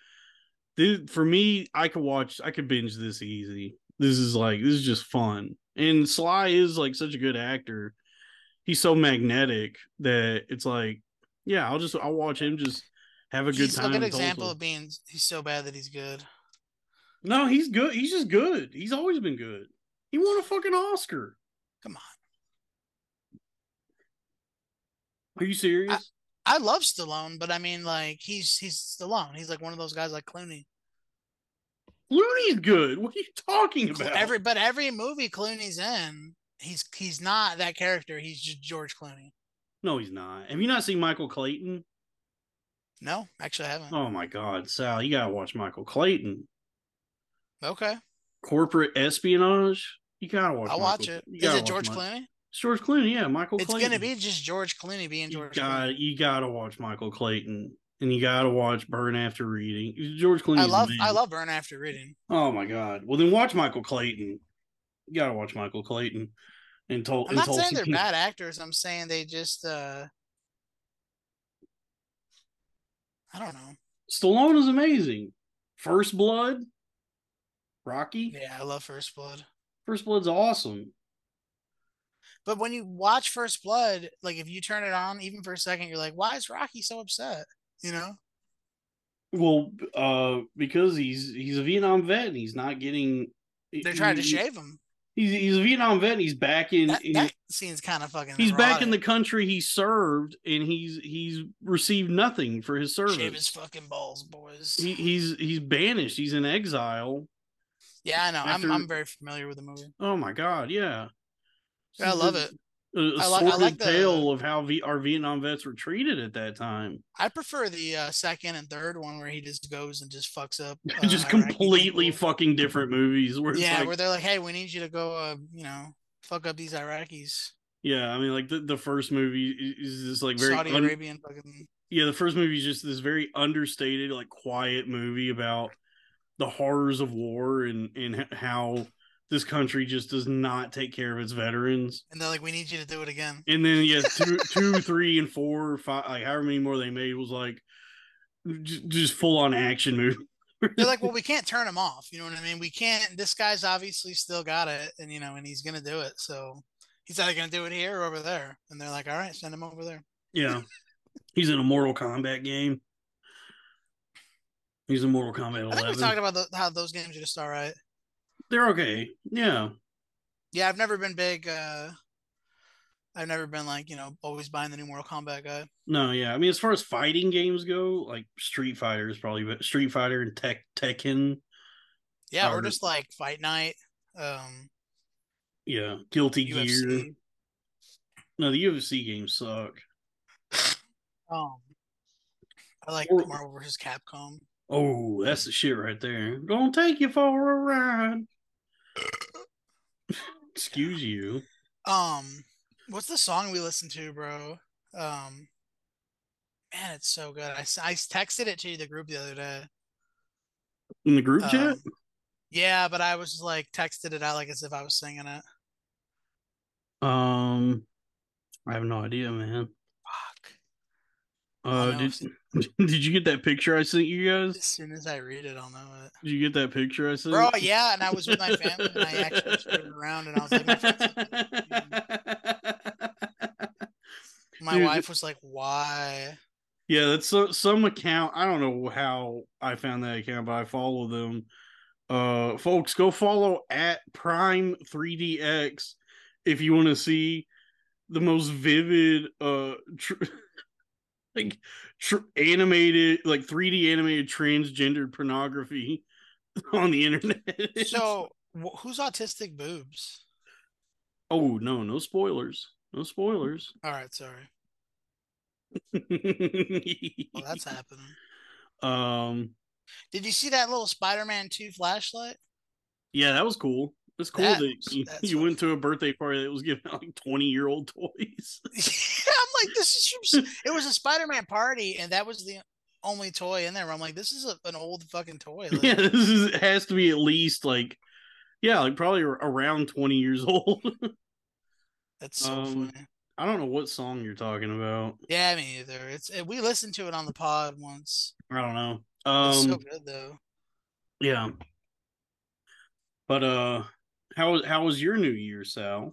[SPEAKER 2] this, for me, I could watch, I could binge this easy. This is like this is just fun, and Sly is like such a good actor. He's so magnetic that it's like, yeah, I'll just I'll watch him just have a good
[SPEAKER 3] he's
[SPEAKER 2] time.
[SPEAKER 3] a good
[SPEAKER 2] in
[SPEAKER 3] example
[SPEAKER 2] Tulsa.
[SPEAKER 3] of being he's so bad that he's good.
[SPEAKER 2] No, he's good. He's just good. He's always been good. He won a fucking Oscar.
[SPEAKER 3] Come on.
[SPEAKER 2] Are you serious?
[SPEAKER 3] I love Stallone, but I mean, like he's he's Stallone. He's like one of those guys like Clooney.
[SPEAKER 2] Looney's good. What are you talking
[SPEAKER 3] Cl-
[SPEAKER 2] about?
[SPEAKER 3] Every but every movie Clooney's in, he's he's not that character. He's just George Clooney.
[SPEAKER 2] No, he's not. Have you not seen Michael Clayton?
[SPEAKER 3] No, actually, I haven't.
[SPEAKER 2] Oh my God, Sal, you gotta watch Michael Clayton.
[SPEAKER 3] Okay,
[SPEAKER 2] Corporate espionage. You gotta watch.
[SPEAKER 3] I'll
[SPEAKER 2] Michael-
[SPEAKER 3] watch it.
[SPEAKER 2] you
[SPEAKER 3] Is
[SPEAKER 2] gotta
[SPEAKER 3] it
[SPEAKER 2] watch
[SPEAKER 3] George
[SPEAKER 2] Mi-
[SPEAKER 3] Clooney?
[SPEAKER 2] It's George Clooney. Yeah, Michael.
[SPEAKER 3] It's
[SPEAKER 2] Clayton.
[SPEAKER 3] gonna be just George Clooney being
[SPEAKER 2] You
[SPEAKER 3] George. Clooney.
[SPEAKER 2] got. You gotta watch Michael Clayton, and you gotta watch Burn After Reading. George Clooney.
[SPEAKER 3] I love I love Burn After Reading.
[SPEAKER 2] Oh my God. Well, then watch Michael Clayton. You gotta watch Michael Clayton. And told.
[SPEAKER 3] I'm not saying they're bad actors. I'm saying they just uh, I don't know.
[SPEAKER 2] Stallone is amazing. First Blood. Rocky.
[SPEAKER 3] Yeah, I love First Blood.
[SPEAKER 2] First Blood's awesome.
[SPEAKER 3] But when you watch First Blood, like if you turn it on even for a second, you're like, why is Rocky so upset? You know?
[SPEAKER 2] Well, uh, because he's he's a Vietnam vet and he's not getting.
[SPEAKER 3] They're trying to
[SPEAKER 2] he-
[SPEAKER 3] shave him.
[SPEAKER 2] He's, he's a Vietnam vet. And he's back in.
[SPEAKER 3] That,
[SPEAKER 2] he-
[SPEAKER 3] that scene's kind of fucking.
[SPEAKER 2] he's back in the
[SPEAKER 3] erotic.
[SPEAKER 2] country he served, and he's he's received nothing for his
[SPEAKER 3] shave his
[SPEAKER 2] service.
[SPEAKER 3] fucking balls, boys.
[SPEAKER 2] He, he's he's banished. He's in exile.
[SPEAKER 3] yeah, I know.
[SPEAKER 2] after-
[SPEAKER 3] I'm I'm very familiar with the movie.
[SPEAKER 2] Oh my God! Yeah,
[SPEAKER 3] Yeah, I love it.
[SPEAKER 2] A, a
[SPEAKER 3] I like- I
[SPEAKER 2] sordid
[SPEAKER 3] like the-
[SPEAKER 2] tale of how v, our Vietnam vets were treated at that time.
[SPEAKER 3] I prefer the uh, second and third one where he just goes and just fucks up. uh,
[SPEAKER 2] Just
[SPEAKER 3] Iraqi
[SPEAKER 2] completely
[SPEAKER 3] people.
[SPEAKER 2] fucking different movies. Where it's
[SPEAKER 3] Yeah,
[SPEAKER 2] like,
[SPEAKER 3] where they're like, hey, we need you to go, uh, you know, fuck up these Iraqis,
[SPEAKER 2] Yeah, I mean, like the, the first movie is, is this like very
[SPEAKER 3] Saudi
[SPEAKER 2] un-
[SPEAKER 3] Arabian fucking.
[SPEAKER 2] yeah, the first movie is just this very understated, like quiet movie about the horrors of war and and h- how this country just does not take care of its veterans.
[SPEAKER 3] And they're like, we need you to do it again.
[SPEAKER 2] And then yeah, two, two, three, and four, five, like however many more they made was like just, just full on action movie.
[SPEAKER 3] they're like, well, we can't turn him off. You know what I mean? We can't. This guy's obviously still got it, and you know, and he's gonna do it. So he's either gonna do it here or over there. And they're like, all right, send him over there.
[SPEAKER 2] Yeah, he's in a Mortal Kombat game. He's in Mortal Kombat
[SPEAKER 3] I think we
[SPEAKER 2] 11.
[SPEAKER 3] talked about tho- how those games are just all right.
[SPEAKER 2] They're okay. Yeah.
[SPEAKER 3] Yeah, I've never been big. uh I've never been like you know always buying the new Mortal Kombat guy.
[SPEAKER 2] No, yeah. I mean, as far as fighting games go, like Street Fighter is probably be- Street Fighter and Tek- Tekken.
[SPEAKER 3] Yeah, or
[SPEAKER 2] Alright.
[SPEAKER 3] just like Fight Night, um,
[SPEAKER 2] Yeah, Guilty Gear.
[SPEAKER 3] UFC.
[SPEAKER 2] No, the UFC games suck.
[SPEAKER 3] Um, I like
[SPEAKER 2] Or-
[SPEAKER 3] Marvel versus Capcom.
[SPEAKER 2] Oh, that's the shit right there. Gonna take you for a ride. Excuse you.
[SPEAKER 3] Um, what's the song we listened to, bro? Um, man, it's so good. I, s- I texted it to the group the other day.
[SPEAKER 2] In the group
[SPEAKER 3] Um,
[SPEAKER 2] chat?
[SPEAKER 3] Yeah, but I was just like texted it out like as if I was singing it.
[SPEAKER 2] Um, I have no idea, man.
[SPEAKER 3] Fuck.
[SPEAKER 2] Uh,
[SPEAKER 3] know.
[SPEAKER 2] did, did you get that picture I sent you
[SPEAKER 3] As
[SPEAKER 2] guys?
[SPEAKER 3] soon as I read it, I'll know it.
[SPEAKER 2] Did you get that picture I sent?
[SPEAKER 3] Bro, yeah, and I was with my family and I actually turned around and I was like, my, friends- my
[SPEAKER 2] Dude.
[SPEAKER 3] wife was like, why?
[SPEAKER 2] Yeah, that's so, some account. I don't know how I found that account, but I follow them. Uh, folks, go follow at Prime 3DX if you want to see the most vivid, uh, tr- like tr- animated, like 3D animated transgendered pornography on the internet.
[SPEAKER 3] So, wh- who's autistic boobs?
[SPEAKER 2] oh no, no spoilers, no spoilers.
[SPEAKER 3] All right, sorry. Well, that's happening.
[SPEAKER 2] um,
[SPEAKER 3] Did you see that little Spider-Man 2 flashlight?
[SPEAKER 2] Yeah, that was cool. It's cool
[SPEAKER 3] That
[SPEAKER 2] that,
[SPEAKER 3] was-
[SPEAKER 2] you,
[SPEAKER 3] that's
[SPEAKER 2] you
[SPEAKER 3] what-
[SPEAKER 2] went to a birthday party that was giving out like twenty year old toys.
[SPEAKER 3] I'm like, this is from. s- It was a Spider-Man party, and that was the only toy in there. I'm like, this is a, an old fucking toy. Like,
[SPEAKER 2] yeah, this is it has to be at least like yeah, like probably ar- around twenty years old.
[SPEAKER 3] That's so
[SPEAKER 2] Um,
[SPEAKER 3] funny.
[SPEAKER 2] I don't know what song you're talking about.
[SPEAKER 3] Yeah, me either. It's it, we listened to it on the pod once.
[SPEAKER 2] I don't know.
[SPEAKER 3] It's
[SPEAKER 2] Um,
[SPEAKER 3] so good though.
[SPEAKER 2] yeah. But uh, how how was your New Year, Sal?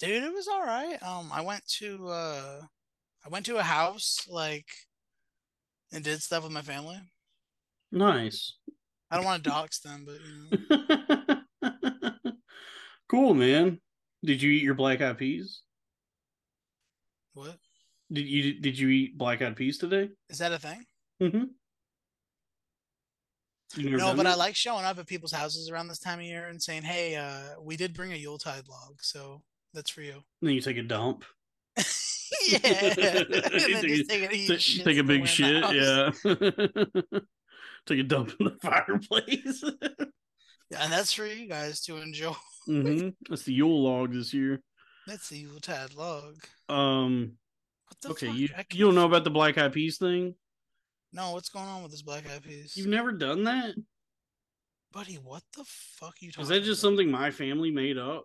[SPEAKER 3] Dude, it was all right. Um, I went to uh, I went to a house like, and did stuff with my family.
[SPEAKER 2] Nice.
[SPEAKER 3] I don't want to dox them, but you know,
[SPEAKER 2] cool, man. Did you eat your black eyed peas?
[SPEAKER 3] what
[SPEAKER 2] Did you did you eat black eyed peas today?
[SPEAKER 3] is that a thing?
[SPEAKER 2] Mm-hmm.
[SPEAKER 3] No, but I like showing up at people's houses around this time of year and saying, "Hey, uh, we did bring a Yuletide log, so that's for you."
[SPEAKER 2] Then you take a dump,
[SPEAKER 3] yeah, and then
[SPEAKER 2] Take a-
[SPEAKER 3] just take, a huge
[SPEAKER 2] take,
[SPEAKER 3] shit
[SPEAKER 2] take a
[SPEAKER 3] somewhere in
[SPEAKER 2] big
[SPEAKER 3] the
[SPEAKER 2] shit,
[SPEAKER 3] house.
[SPEAKER 2] yeah. take a dump in the fireplace.
[SPEAKER 3] Yeah, and that's for you guys to enjoy.
[SPEAKER 2] hmm That's the Yule log this year.
[SPEAKER 3] That's the Yuletide log.
[SPEAKER 2] Um,
[SPEAKER 3] What the
[SPEAKER 2] okay,
[SPEAKER 3] fuck?
[SPEAKER 2] you
[SPEAKER 3] I can't-
[SPEAKER 2] you don't know about the black eyed peas thing?
[SPEAKER 3] No, what's going on with this Black Eyed Peas?
[SPEAKER 2] You've never done that?
[SPEAKER 3] Buddy, what the fuck you talking
[SPEAKER 2] Is that just
[SPEAKER 3] about?
[SPEAKER 2] something my family made up?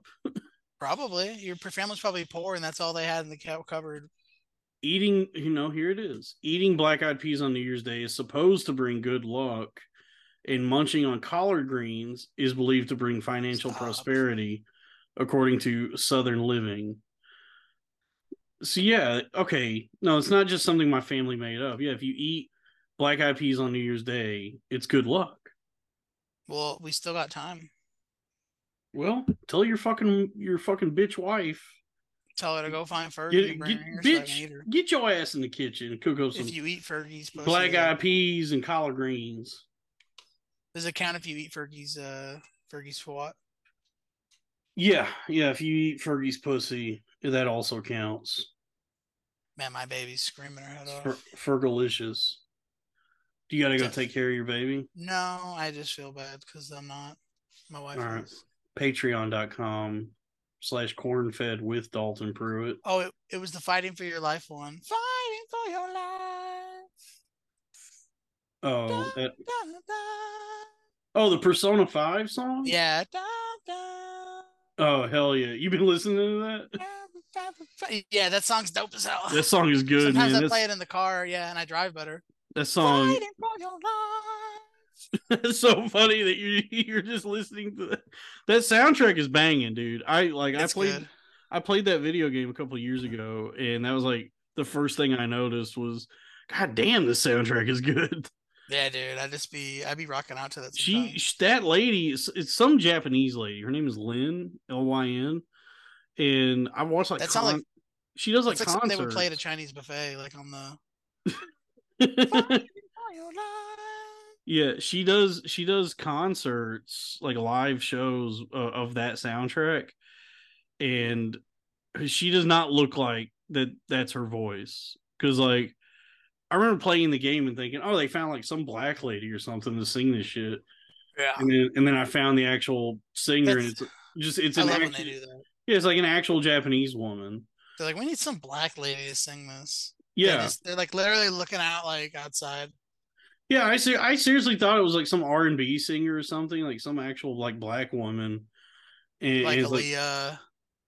[SPEAKER 3] Probably. Your p- family's probably poor and that's all they had in the cow cupboard.
[SPEAKER 2] eating you know here it is eating black eyed peas on new year's day is supposed to bring good luck and munching on collard greens is believed to bring financial
[SPEAKER 3] Stop.
[SPEAKER 2] prosperity according to southern living so yeah okay no it's not just something my family made up yeah if you eat black eyed peas on new year's day it's good luck
[SPEAKER 3] Well, we still got time.
[SPEAKER 2] well tell your fucking your fucking bitch wife
[SPEAKER 3] Tell her to go find Fergie
[SPEAKER 2] get,
[SPEAKER 3] and
[SPEAKER 2] get,
[SPEAKER 3] bring her here so I can
[SPEAKER 2] bitch
[SPEAKER 3] eat her.
[SPEAKER 2] get your ass in the kitchen cook up some
[SPEAKER 3] If you eat Fergie's pussy,
[SPEAKER 2] black
[SPEAKER 3] uh,
[SPEAKER 2] eyed peas and collard greens
[SPEAKER 3] does it count if you eat Fergie's uh Fergie's swat?
[SPEAKER 2] Yeah, yeah. If you eat Fergie's pussy, that also counts.
[SPEAKER 3] Man, my baby's screaming her head off.
[SPEAKER 2] Fer- Fergalicious. You gotta go
[SPEAKER 3] Yes.
[SPEAKER 2] take care of your baby.
[SPEAKER 3] No, I just feel bad because I'm not. My wife
[SPEAKER 2] All right.
[SPEAKER 3] is.
[SPEAKER 2] Patreon.com slash cornfed with Dalton Pruitt.
[SPEAKER 3] Oh, it, it was the fighting for your life one. Fighting for your life.
[SPEAKER 2] Oh,
[SPEAKER 3] da,
[SPEAKER 2] that
[SPEAKER 3] da, da.
[SPEAKER 2] oh the Persona Five song.
[SPEAKER 3] Yeah. da, da,
[SPEAKER 2] Oh hell yeah! You've been listening to that.
[SPEAKER 3] da, da, da. Yeah, that song's dope as hell.
[SPEAKER 2] That song is good,
[SPEAKER 3] Sometimes
[SPEAKER 2] man.
[SPEAKER 3] I play
[SPEAKER 2] That's, Um,
[SPEAKER 3] it in the car, yeah, and I drive better.
[SPEAKER 2] that song
[SPEAKER 3] Fighting for your life.
[SPEAKER 2] It's so funny that you you're just listening to that. That soundtrack is banging, dude. I like
[SPEAKER 3] It's
[SPEAKER 2] I played
[SPEAKER 3] good.
[SPEAKER 2] I played that video game a couple years ago, and that was like the first thing I noticed was, God damn, this soundtrack is good.
[SPEAKER 3] Yeah, dude, I just be I be rocking out to that.
[SPEAKER 2] She,
[SPEAKER 3] sometimes.
[SPEAKER 2] sh that lady, is it's some Japanese lady. Her name is Lynn L Y N, and I watched like,
[SPEAKER 3] That sound like-
[SPEAKER 2] she does like
[SPEAKER 3] It's like something
[SPEAKER 2] concerts.
[SPEAKER 3] they would play at a Chinese buffet, like on the. For your life.
[SPEAKER 2] yeah, she does. She does concerts like live shows uh, of that soundtrack, and she does not look like that that's her voice because like i remember playing the game and thinking oh they found like some black lady or something to sing this shit
[SPEAKER 3] Yeah,
[SPEAKER 2] and then and then i found the actual singer and
[SPEAKER 3] Ah. That's-
[SPEAKER 2] it's just it's
[SPEAKER 3] I
[SPEAKER 2] an
[SPEAKER 3] love
[SPEAKER 2] act-
[SPEAKER 3] when they do that.
[SPEAKER 2] yeah, it's like an actual japanese woman
[SPEAKER 3] They're like, we need some black lady to sing this. They
[SPEAKER 2] yeah
[SPEAKER 3] just- they're like literally looking out like outside.
[SPEAKER 2] yeah i ser- i seriously thought it was like some r&b singer or something like some actual like black woman and,
[SPEAKER 3] like
[SPEAKER 2] and it's like
[SPEAKER 3] Aaliyah,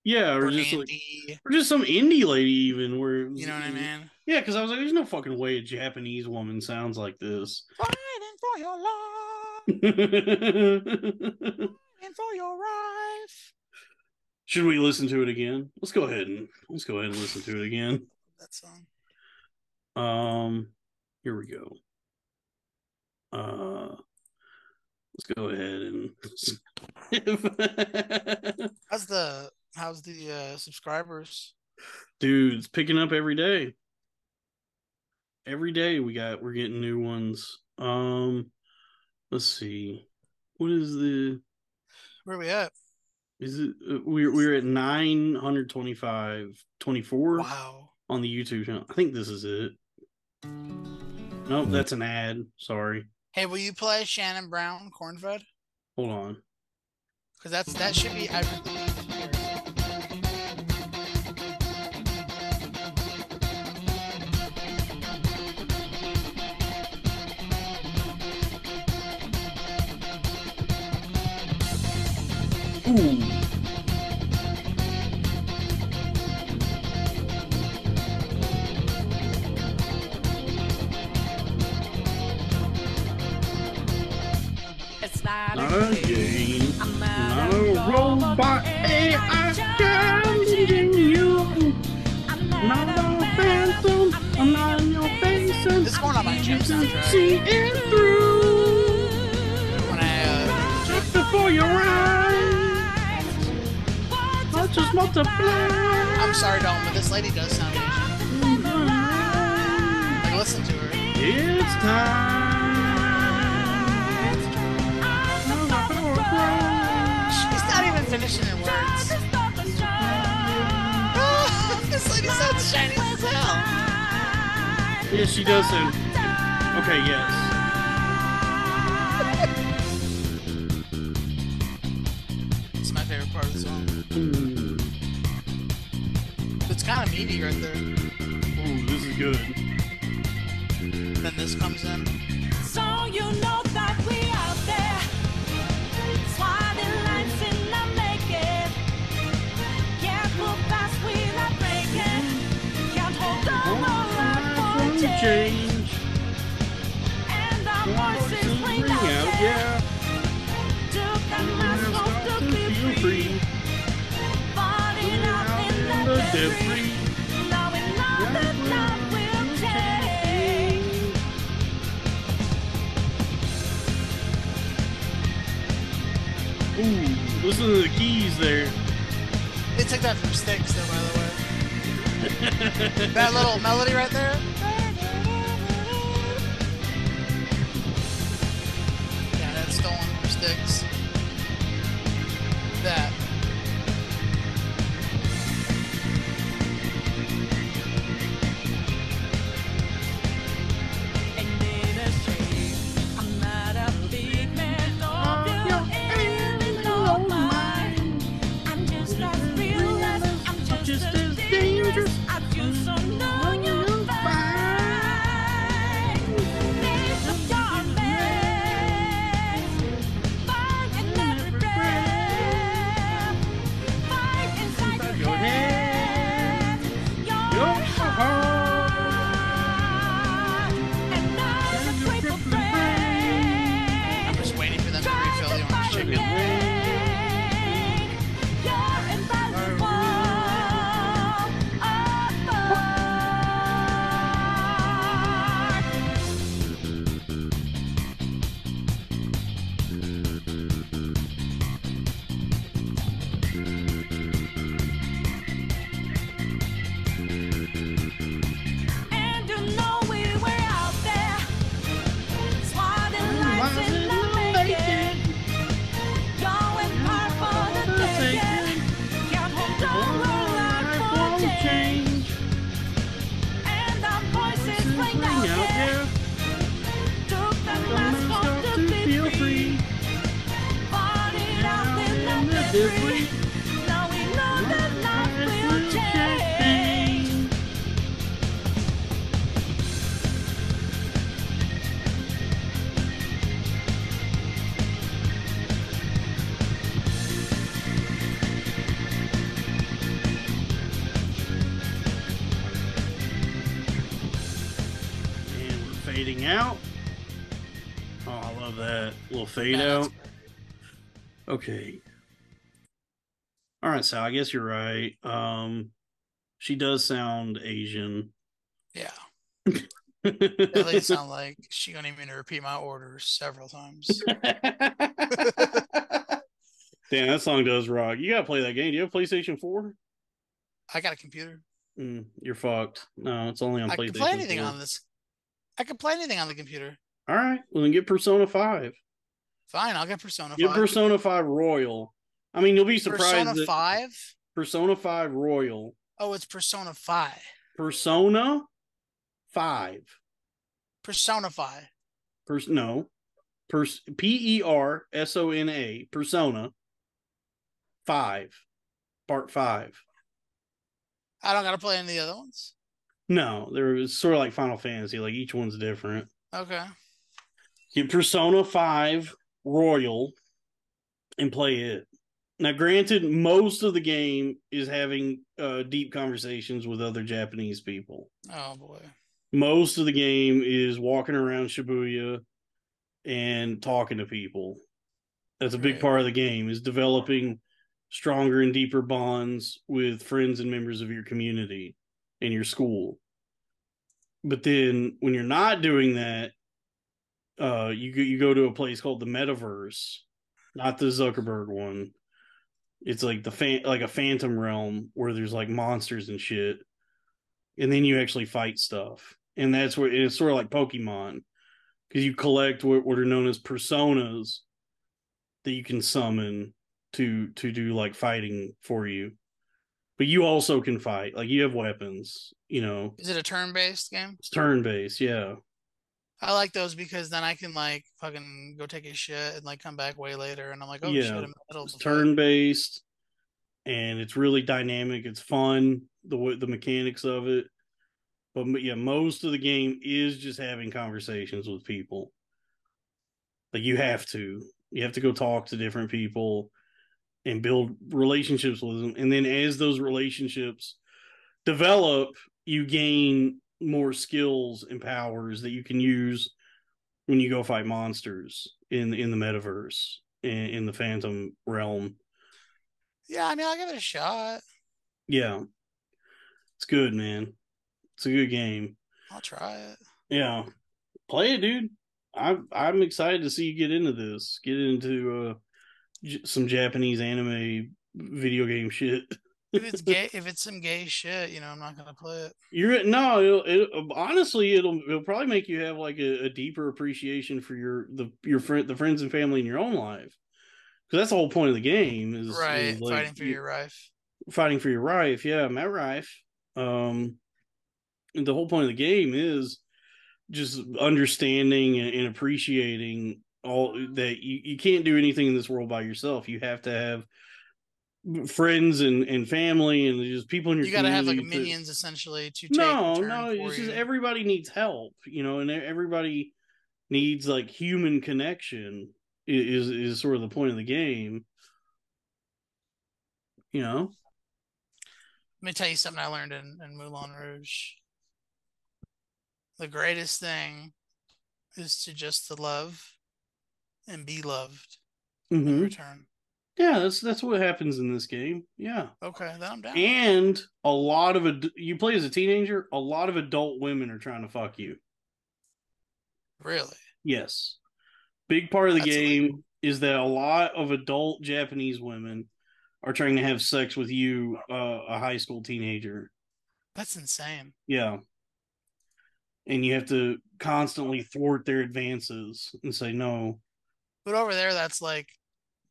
[SPEAKER 2] yeah or just like
[SPEAKER 3] Brandy,
[SPEAKER 2] or just some indie lady even where it was-
[SPEAKER 3] you know what I mean?
[SPEAKER 2] yeah because i was like there's no fucking way a japanese woman sounds like this
[SPEAKER 3] Fighting for your life,
[SPEAKER 2] Should
[SPEAKER 3] and for your life.
[SPEAKER 2] we listen to it again? Let's go ahead and let's go ahead and listen to it again.
[SPEAKER 3] That song.
[SPEAKER 2] Um, here we go. Uh, let's go ahead and.
[SPEAKER 3] How's the how's the uh, subscribers?
[SPEAKER 2] Dude, it's picking up every day. Every day we got we're getting new ones. Um, let's see. What is the
[SPEAKER 3] Where are we at?
[SPEAKER 2] is it uh, we're we're at 925 24
[SPEAKER 3] Wow.
[SPEAKER 2] on the YouTube channel. I think this is it. Nope, that's an ad. Sorry.
[SPEAKER 3] Hey, will you play Shannon Brown Cornfed?
[SPEAKER 2] Hold on.
[SPEAKER 3] Because that's that should be. I,
[SPEAKER 2] Ooh.
[SPEAKER 4] It's not,
[SPEAKER 2] Not
[SPEAKER 4] a
[SPEAKER 2] a
[SPEAKER 4] game.
[SPEAKER 2] game.
[SPEAKER 4] I'm
[SPEAKER 2] Not
[SPEAKER 4] not,
[SPEAKER 2] a robot. AI challenging you.
[SPEAKER 4] I'm
[SPEAKER 2] Not a phantom. I'm not your face.
[SPEAKER 3] This is going on my
[SPEAKER 2] You
[SPEAKER 3] gym
[SPEAKER 2] can
[SPEAKER 3] soundtrack.
[SPEAKER 2] see it through.
[SPEAKER 3] when I uh,
[SPEAKER 2] Just before your eyes. I'll just
[SPEAKER 3] uh,
[SPEAKER 2] multiply.
[SPEAKER 3] I'm sorry, Dalton, but this lady does sound Asian. Like listen to her.
[SPEAKER 2] It's time.
[SPEAKER 3] She's not even finishing her words. Oh, this lady sounds Chinese as hell.
[SPEAKER 2] Yes, she does sound. Okay, yes.
[SPEAKER 3] It's my favorite part of the song. It's kind of meaty right there. And
[SPEAKER 2] Ooh, this is good.
[SPEAKER 3] then this comes in.
[SPEAKER 4] So you know that we out there swatting lines in the making. Can't move fast without breaking. Can't hold the
[SPEAKER 2] Won't
[SPEAKER 4] moral
[SPEAKER 2] life
[SPEAKER 4] for change.
[SPEAKER 2] change?
[SPEAKER 4] And our voices
[SPEAKER 2] Voices
[SPEAKER 4] ring
[SPEAKER 2] ring
[SPEAKER 4] out,
[SPEAKER 2] out, yeah.
[SPEAKER 4] Took the
[SPEAKER 2] Now
[SPEAKER 4] mask off
[SPEAKER 2] stop
[SPEAKER 4] to
[SPEAKER 2] to
[SPEAKER 4] be
[SPEAKER 2] feel
[SPEAKER 4] free.
[SPEAKER 2] free.
[SPEAKER 4] Falling
[SPEAKER 2] Out
[SPEAKER 4] out in the debris.
[SPEAKER 2] debris.
[SPEAKER 4] Knowing all that love will take.
[SPEAKER 2] Ooh, listen to the keys there.
[SPEAKER 3] They took that from Sticks, though, by the way. that little melody right there. Yeah, that's stolen from Sticks. That.
[SPEAKER 4] Oh,
[SPEAKER 2] Just as dangerous. Mm-hmm. Your head, your heart. And your crippled brain.
[SPEAKER 3] I'm just waiting for them to refill the orange chicken.
[SPEAKER 4] And our voices ring out, yeah. Took the mask off to feel free. Parted out in the debris. Now we know that life will change.
[SPEAKER 2] And we're fading out. Oh, I love that little fade
[SPEAKER 3] That's
[SPEAKER 2] out. Okay. All right, Sal. I guess you're right. Um, she does sound Asian.
[SPEAKER 3] Yeah. That lady sound like she gonna even repeat my orders several times.
[SPEAKER 2] Damn, that song does rock. You gotta play that game. Do you have PlayStation Four?
[SPEAKER 3] I got a computer.
[SPEAKER 2] Mm, you're fucked. No, it's only on
[SPEAKER 3] I
[SPEAKER 2] PlayStation.
[SPEAKER 3] can play anything
[SPEAKER 2] 4.
[SPEAKER 3] on this. I can play anything on the computer.
[SPEAKER 2] All right, well then get Persona Five.
[SPEAKER 3] Fine, I'll get Persona
[SPEAKER 2] Get
[SPEAKER 3] Five.
[SPEAKER 2] Persona Five Royal. I mean, you'll be surprised.
[SPEAKER 3] Persona
[SPEAKER 2] that
[SPEAKER 3] Five.
[SPEAKER 2] Persona Five Royal.
[SPEAKER 3] Oh, it's Persona Five.
[SPEAKER 2] Persona Five.
[SPEAKER 3] Personify.
[SPEAKER 2] Pers- no. Pers- P E R S O N A. Persona Five. Part Five.
[SPEAKER 3] I don't gotta play any of the other ones.
[SPEAKER 2] No, there was sort of like Final Fantasy. Like each one's different.
[SPEAKER 3] Okay.
[SPEAKER 2] get Persona 5 Royal and play it. Now, granted, most of the game is having uh, deep conversations with other Japanese people.
[SPEAKER 3] Oh boy.
[SPEAKER 2] Most of the game is walking around Shibuya and talking to people. That's a big
[SPEAKER 3] Right.
[SPEAKER 2] part of the game is developing stronger and deeper bonds with friends and members of your community and your school. But then when you're not doing that, uh, you go- you go to a place called the Metaverse, not the Zuckerberg one. It's like the fan like a phantom realm where there's like monsters and shit, and then you actually fight stuff, and that's where it's sort of like Pokemon, because you collect what, what are known as personas that you can summon to to do like fighting for you, but you also can fight like you have weapons, you know.
[SPEAKER 3] Is it a turn-based game?
[SPEAKER 2] It's turn based, yeah.
[SPEAKER 3] I like those because then I can like fucking go take a shit and like come back way later, and I'm like, oh
[SPEAKER 2] Yeah.
[SPEAKER 3] shit, I'm in the middle of
[SPEAKER 2] It's
[SPEAKER 3] the fight.
[SPEAKER 2] turn based, and it's really dynamic. It's fun the way the mechanics of it, but m- yeah, most of the game is just having conversations with people. Like you have to, you have to go talk to different people and build relationships with them, and then as those relationships develop, you gain more skills and powers that you can use when you go fight monsters in in the metaverse in, in the phantom realm
[SPEAKER 3] Yeah, I mean, I'll give it a shot.
[SPEAKER 2] yeah it's good man it's a good game
[SPEAKER 3] I'll try it.
[SPEAKER 2] yeah play it dude i'm i'm excited to see you get into this get into uh j- some japanese anime video game shit
[SPEAKER 3] If it's gay, if it's some gay shit, you know, I'm not gonna play it.
[SPEAKER 2] You're no, it'll, it'll, honestly, it'll it'll probably make you have like a, a deeper appreciation for your the your friend the friends and family in your own life, because that's the whole point of the game is, is,
[SPEAKER 3] Right,
[SPEAKER 2] like,
[SPEAKER 3] fighting for
[SPEAKER 2] you-
[SPEAKER 3] your life.
[SPEAKER 2] fighting for your life. Yeah, Matt Rife. Um, and the whole point of the game is just understanding and, and appreciating all that you, you can't do anything in this world by yourself. You have to have friends and, and family and just people in your
[SPEAKER 3] You gotta have like
[SPEAKER 2] community to-
[SPEAKER 3] minions essentially to take.
[SPEAKER 2] no
[SPEAKER 3] the turn
[SPEAKER 2] no
[SPEAKER 3] for
[SPEAKER 2] it's just
[SPEAKER 3] you.
[SPEAKER 2] everybody needs help you know and e, everybody needs like human connection i- is is sort of the point of the game you know
[SPEAKER 3] Let me tell you something I learned in, in Moulin Rouge. The greatest thing is to just to love and be loved in
[SPEAKER 2] Mhm.
[SPEAKER 3] return.
[SPEAKER 2] yeah that's that's what happens in this game yeah
[SPEAKER 3] Okay, then I'm down.
[SPEAKER 2] and a lot of ad- you play as a teenager a lot of adult women are trying to fuck you
[SPEAKER 3] really?
[SPEAKER 2] Yes. Big part of the
[SPEAKER 3] That's
[SPEAKER 2] game
[SPEAKER 3] illegal.
[SPEAKER 2] is that a lot of adult Japanese women are trying to have sex with you, uh, a high school teenager.
[SPEAKER 3] That's insane.
[SPEAKER 2] Yeah. And you have to constantly thwart their advances and say no.
[SPEAKER 3] But over there, that's like,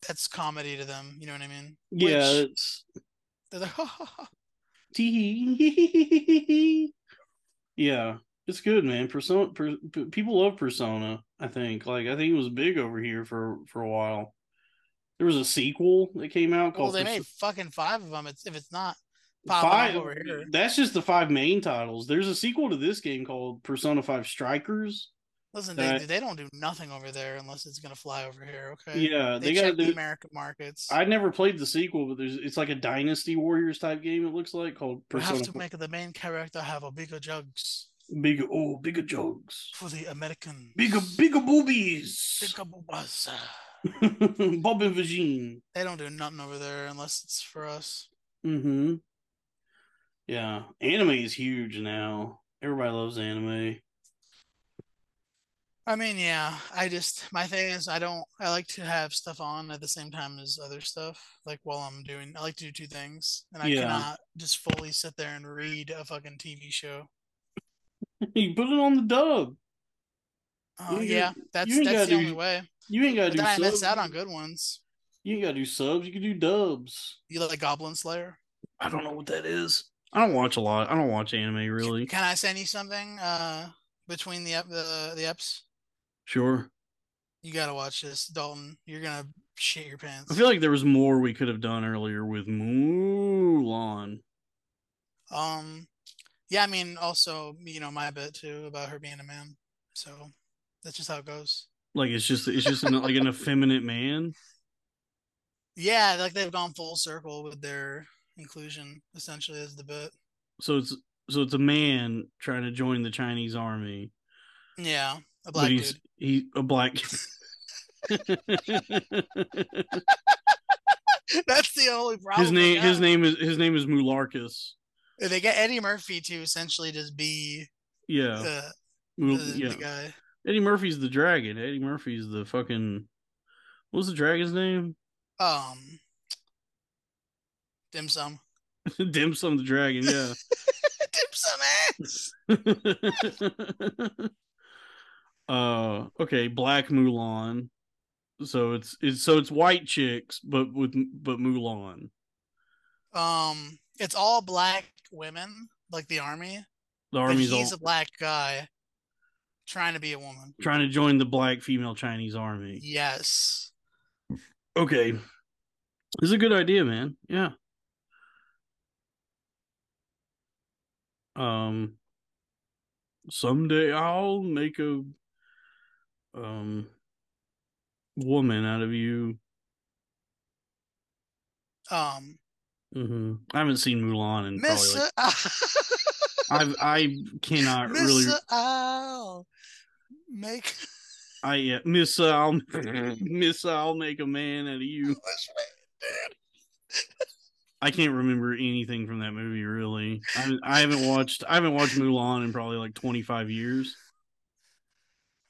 [SPEAKER 3] that's comedy to them. You know what I mean?
[SPEAKER 2] Yeah,
[SPEAKER 3] Which,
[SPEAKER 2] it's
[SPEAKER 3] they're like,
[SPEAKER 2] yeah, it's good, man. Persona, per, p- people love Persona. I think, like, I think it was big over here for for a while. There was a sequel that came out
[SPEAKER 3] well,
[SPEAKER 2] called
[SPEAKER 3] they
[SPEAKER 2] Perso-
[SPEAKER 3] made fucking five of them. It's, if it's not popping
[SPEAKER 2] Five-
[SPEAKER 3] up over here.
[SPEAKER 2] That's just the five main titles. There's a sequel to this game called Persona 5 Strikers.
[SPEAKER 3] Listen,
[SPEAKER 2] that-
[SPEAKER 3] they, they don't do nothing over there unless it's gonna fly over here. Okay.
[SPEAKER 2] Yeah,
[SPEAKER 3] They,
[SPEAKER 2] they,
[SPEAKER 3] check
[SPEAKER 2] got.
[SPEAKER 3] the
[SPEAKER 2] The,
[SPEAKER 3] American markets.
[SPEAKER 2] I never played the sequel, but there's it's like a Dynasty Warriors type game. It looks like called
[SPEAKER 3] we
[SPEAKER 2] Persona.
[SPEAKER 3] have to make the main character have a bigger jugs
[SPEAKER 2] bigger, oh, bigger jugs,
[SPEAKER 3] for the American.
[SPEAKER 2] bigger, bigger boobies,
[SPEAKER 3] Bigger boobas.
[SPEAKER 2] Bob and Vagine.
[SPEAKER 3] They don't do nothing over there unless it's for us.
[SPEAKER 2] Mm-hmm. Yeah, anime is huge now. Everybody loves anime.
[SPEAKER 3] I mean, yeah. I just my thing is I don't I like to have stuff on at the same time as other stuff. Like while I'm doing I like to do two things. And I
[SPEAKER 2] Yeah.
[SPEAKER 3] cannot just fully sit there and read a fucking TV show.
[SPEAKER 2] you put it on the dub.
[SPEAKER 3] Oh
[SPEAKER 2] ain't
[SPEAKER 3] yeah,
[SPEAKER 2] gotta-
[SPEAKER 3] that's
[SPEAKER 2] you ain't
[SPEAKER 3] that's
[SPEAKER 2] gotta
[SPEAKER 3] the
[SPEAKER 2] do-
[SPEAKER 3] only way.
[SPEAKER 2] You ain't gotta
[SPEAKER 3] But
[SPEAKER 2] do
[SPEAKER 3] then I
[SPEAKER 2] subs.
[SPEAKER 3] miss out on good ones.
[SPEAKER 2] You ain't gotta do subs. You can do dubs.
[SPEAKER 3] You like Goblin Slayer?
[SPEAKER 2] I don't know what that is. I don't watch a lot. I don't watch anime really.
[SPEAKER 3] Can I send you something uh between the ep- the the eps?
[SPEAKER 2] Sure.
[SPEAKER 3] You gotta watch this, Dalton. You're gonna shit your pants.
[SPEAKER 2] I feel like there was more we could have done earlier with Mulan.
[SPEAKER 3] Um, yeah, I mean, also, you know, my bit too about her being a man. So that's just how it goes.
[SPEAKER 2] Like it's just it's just an, like an effeminate man.
[SPEAKER 3] Yeah, like they've gone full circle with their inclusion, essentially, as the bit.
[SPEAKER 2] So it's so it's a man trying to join the Chinese army,
[SPEAKER 3] Yeah, a
[SPEAKER 2] but
[SPEAKER 3] black
[SPEAKER 2] he's
[SPEAKER 3] dude.
[SPEAKER 2] he a black.
[SPEAKER 3] That's the only problem.
[SPEAKER 2] his
[SPEAKER 3] they
[SPEAKER 2] name his
[SPEAKER 3] got.
[SPEAKER 2] name is his name is Mularkus.
[SPEAKER 3] They get Eddie Murphy to essentially just be
[SPEAKER 2] Yeah,
[SPEAKER 3] the,
[SPEAKER 2] Mul-
[SPEAKER 3] the,
[SPEAKER 2] yeah.
[SPEAKER 3] the guy.
[SPEAKER 2] Eddie Murphy's the dragon. Eddie Murphy's the fucking. What was the dragon's name?
[SPEAKER 3] Um, dim sum.
[SPEAKER 2] Dim Sum the dragon. Yeah.
[SPEAKER 3] dim sum eh? ass.
[SPEAKER 2] uh okay black mulan so it's it's so it's white chicks but with but mulan
[SPEAKER 3] Um, it's all black women, like the army.
[SPEAKER 2] the
[SPEAKER 3] but
[SPEAKER 2] army's all
[SPEAKER 3] he's a black guy trying to be a woman.
[SPEAKER 2] trying to join the black female chinese army
[SPEAKER 3] Yes.
[SPEAKER 2] okay this is a good idea man yeah um someday i'll make a um woman out of you
[SPEAKER 3] Um,
[SPEAKER 2] hmm I haven't seen Mulan in probably
[SPEAKER 3] Mr.
[SPEAKER 2] like, I've I cannot
[SPEAKER 3] Mr.
[SPEAKER 2] really
[SPEAKER 3] Owl, make
[SPEAKER 2] I yeah, miss I'll miss I'll make a man out of you. I can't remember anything from that movie really. I, I haven't watched I haven't watched Mulan in probably like twenty five years.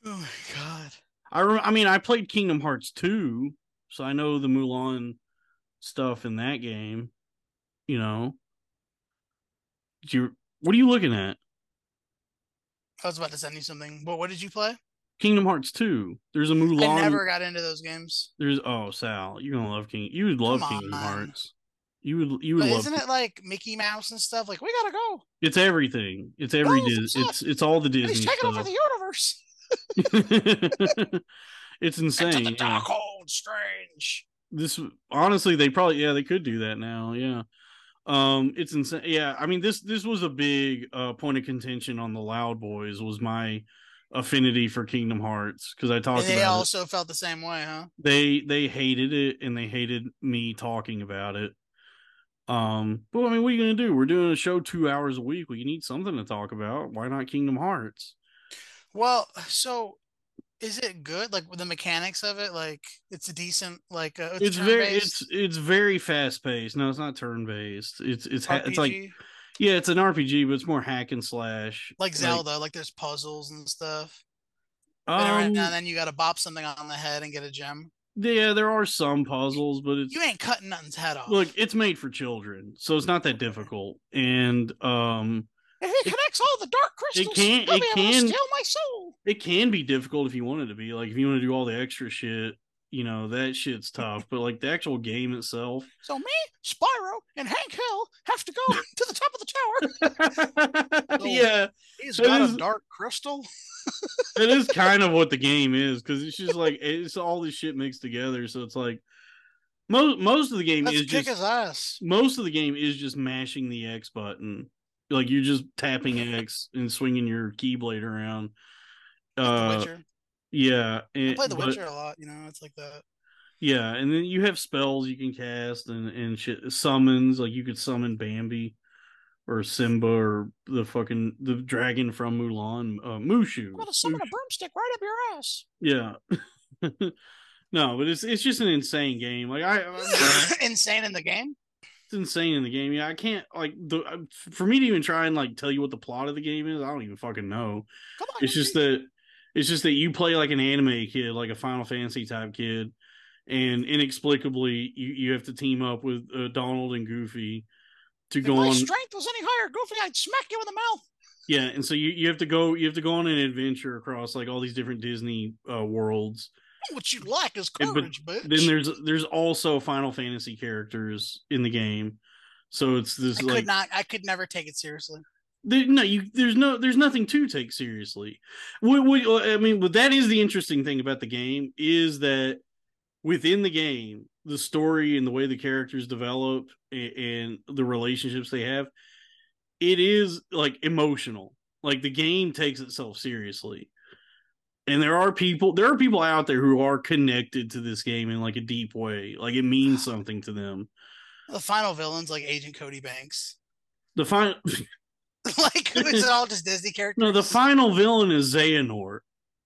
[SPEAKER 3] Oh my god.
[SPEAKER 2] I rem- I mean I played Kingdom Hearts two, so I know the Mulan stuff in that game. You know, Do you what are you looking at?
[SPEAKER 3] I was about to send you something. But what did you play?
[SPEAKER 2] Kingdom Hearts two. There's a Mulan.
[SPEAKER 3] I never got into those games.
[SPEAKER 2] There's oh Sal, you're gonna love King. You would love
[SPEAKER 3] Come
[SPEAKER 2] Kingdom
[SPEAKER 3] on.
[SPEAKER 2] Hearts. You would you would
[SPEAKER 3] But
[SPEAKER 2] love.
[SPEAKER 3] isn't it like Mickey Mouse and stuff? Like, we gotta go.
[SPEAKER 2] It's everything. It's every
[SPEAKER 3] Balls
[SPEAKER 2] Dis-
[SPEAKER 3] of Chuck.
[SPEAKER 2] It's it's all the Disney
[SPEAKER 3] He's taking
[SPEAKER 2] stuff.
[SPEAKER 3] over the universe.
[SPEAKER 2] it's
[SPEAKER 3] Into the
[SPEAKER 2] insane. yeah.
[SPEAKER 3] dark old strange.
[SPEAKER 2] This honestly, they probably yeah they could do that now. Yeah, um, it's insane. Yeah, I mean this this was a big uh, point of contention on the Loud Boys was my affinity for Kingdom Hearts because I
[SPEAKER 3] And
[SPEAKER 2] talked
[SPEAKER 3] they
[SPEAKER 2] about it.
[SPEAKER 3] also felt the same way, huh?
[SPEAKER 2] they they hated it and they hated me talking about it um but i mean what are you gonna do we're doing a show two hours a week we need something to talk about why not kingdom hearts
[SPEAKER 3] Well, so is it good? Like with the mechanics of it, like it's a decent like uh,
[SPEAKER 2] it's, very
[SPEAKER 3] turn-based
[SPEAKER 2] it's it's very fast paced no it's not turn based it's it's ha- it's like
[SPEAKER 3] RPG?
[SPEAKER 2] yeah it's an rpg but it's more hack and slash
[SPEAKER 3] like Zelda, like, there's puzzles and stuff. and every
[SPEAKER 2] um,
[SPEAKER 3] now and then you got to bop something on the head and get a gem.
[SPEAKER 2] yeah there are some puzzles but it's
[SPEAKER 3] You ain't cutting nothing's head off.
[SPEAKER 2] look it's made for children so it's not that difficult and um
[SPEAKER 3] if he connects all the dark crystals,
[SPEAKER 2] can't-
[SPEAKER 3] he'll
[SPEAKER 2] it
[SPEAKER 3] be able
[SPEAKER 2] can-
[SPEAKER 3] to steal my soul.
[SPEAKER 2] it can be difficult if you want it to be like if you want to do all the extra shit you know that shit's tough but like the actual game itself
[SPEAKER 3] So me, Spyro, and Hank Hill have to go to the top of the tower.
[SPEAKER 2] yeah
[SPEAKER 3] He's
[SPEAKER 2] That
[SPEAKER 3] got
[SPEAKER 2] is-
[SPEAKER 3] a dark crystal.
[SPEAKER 2] that is kind of what the game is because it's just like it's all this shit mixed together so it's like most most of the game
[SPEAKER 3] Let's
[SPEAKER 2] is
[SPEAKER 3] kick
[SPEAKER 2] just
[SPEAKER 3] his ass.
[SPEAKER 2] most of the game is just mashing the X button like you're just tapping X and swinging your keyblade around
[SPEAKER 3] Like the
[SPEAKER 2] uh
[SPEAKER 3] Witcher.
[SPEAKER 2] yeah
[SPEAKER 3] I
[SPEAKER 2] and,
[SPEAKER 3] play The
[SPEAKER 2] but-
[SPEAKER 3] Witcher a lot. You know, it's like that.
[SPEAKER 2] Yeah, and then you have spells you can cast and and shit summons like you could summon Bambi or Simba or the fucking the dragon from Mulan, uh, Mushu.
[SPEAKER 3] I'm gonna summon a
[SPEAKER 2] Mushu.
[SPEAKER 3] broomstick right up your ass.
[SPEAKER 2] Yeah. no, but it's it's just an insane game. Like I, I
[SPEAKER 3] Insane in the game.
[SPEAKER 2] insane in the game. Yeah, I can't like the uh, for me to even try and like tell you what the plot of the game is. I don't even fucking know.
[SPEAKER 3] Come on,
[SPEAKER 2] It's just
[SPEAKER 3] Henry.
[SPEAKER 2] that it's just that you play like an anime kid, like a Final Fantasy type kid, and inexplicably you you have to team up with uh, Donald and Goofy to
[SPEAKER 3] If
[SPEAKER 2] go
[SPEAKER 3] my
[SPEAKER 2] on.
[SPEAKER 3] strength was any higher, Goofy, I'd smack you in the mouth.
[SPEAKER 2] Yeah, and so you you have to go you have to go on an adventure across like all these different Disney uh, worlds.
[SPEAKER 3] What you lack is
[SPEAKER 2] Yeah, but
[SPEAKER 3] courage, bitch.
[SPEAKER 2] Then there's there's also Final Fantasy characters in the game. So it's this
[SPEAKER 3] I
[SPEAKER 2] like
[SPEAKER 3] could not. I could never take it seriously.
[SPEAKER 2] There, no, you. There's no. There's nothing to take seriously. What, what, uh, I mean, but that is the interesting thing about the game is that within the game, the story and the way the characters develop and, and the relationships they have, it is like emotional. Like the game takes itself seriously, and there are people. There are people out there who are connected to this game in like a deep way. Like it means something to them.
[SPEAKER 3] The final villains like Agent Cody Banks.
[SPEAKER 2] The final.
[SPEAKER 3] like it's all just Disney characters.
[SPEAKER 2] No, the final villain is Xehanort.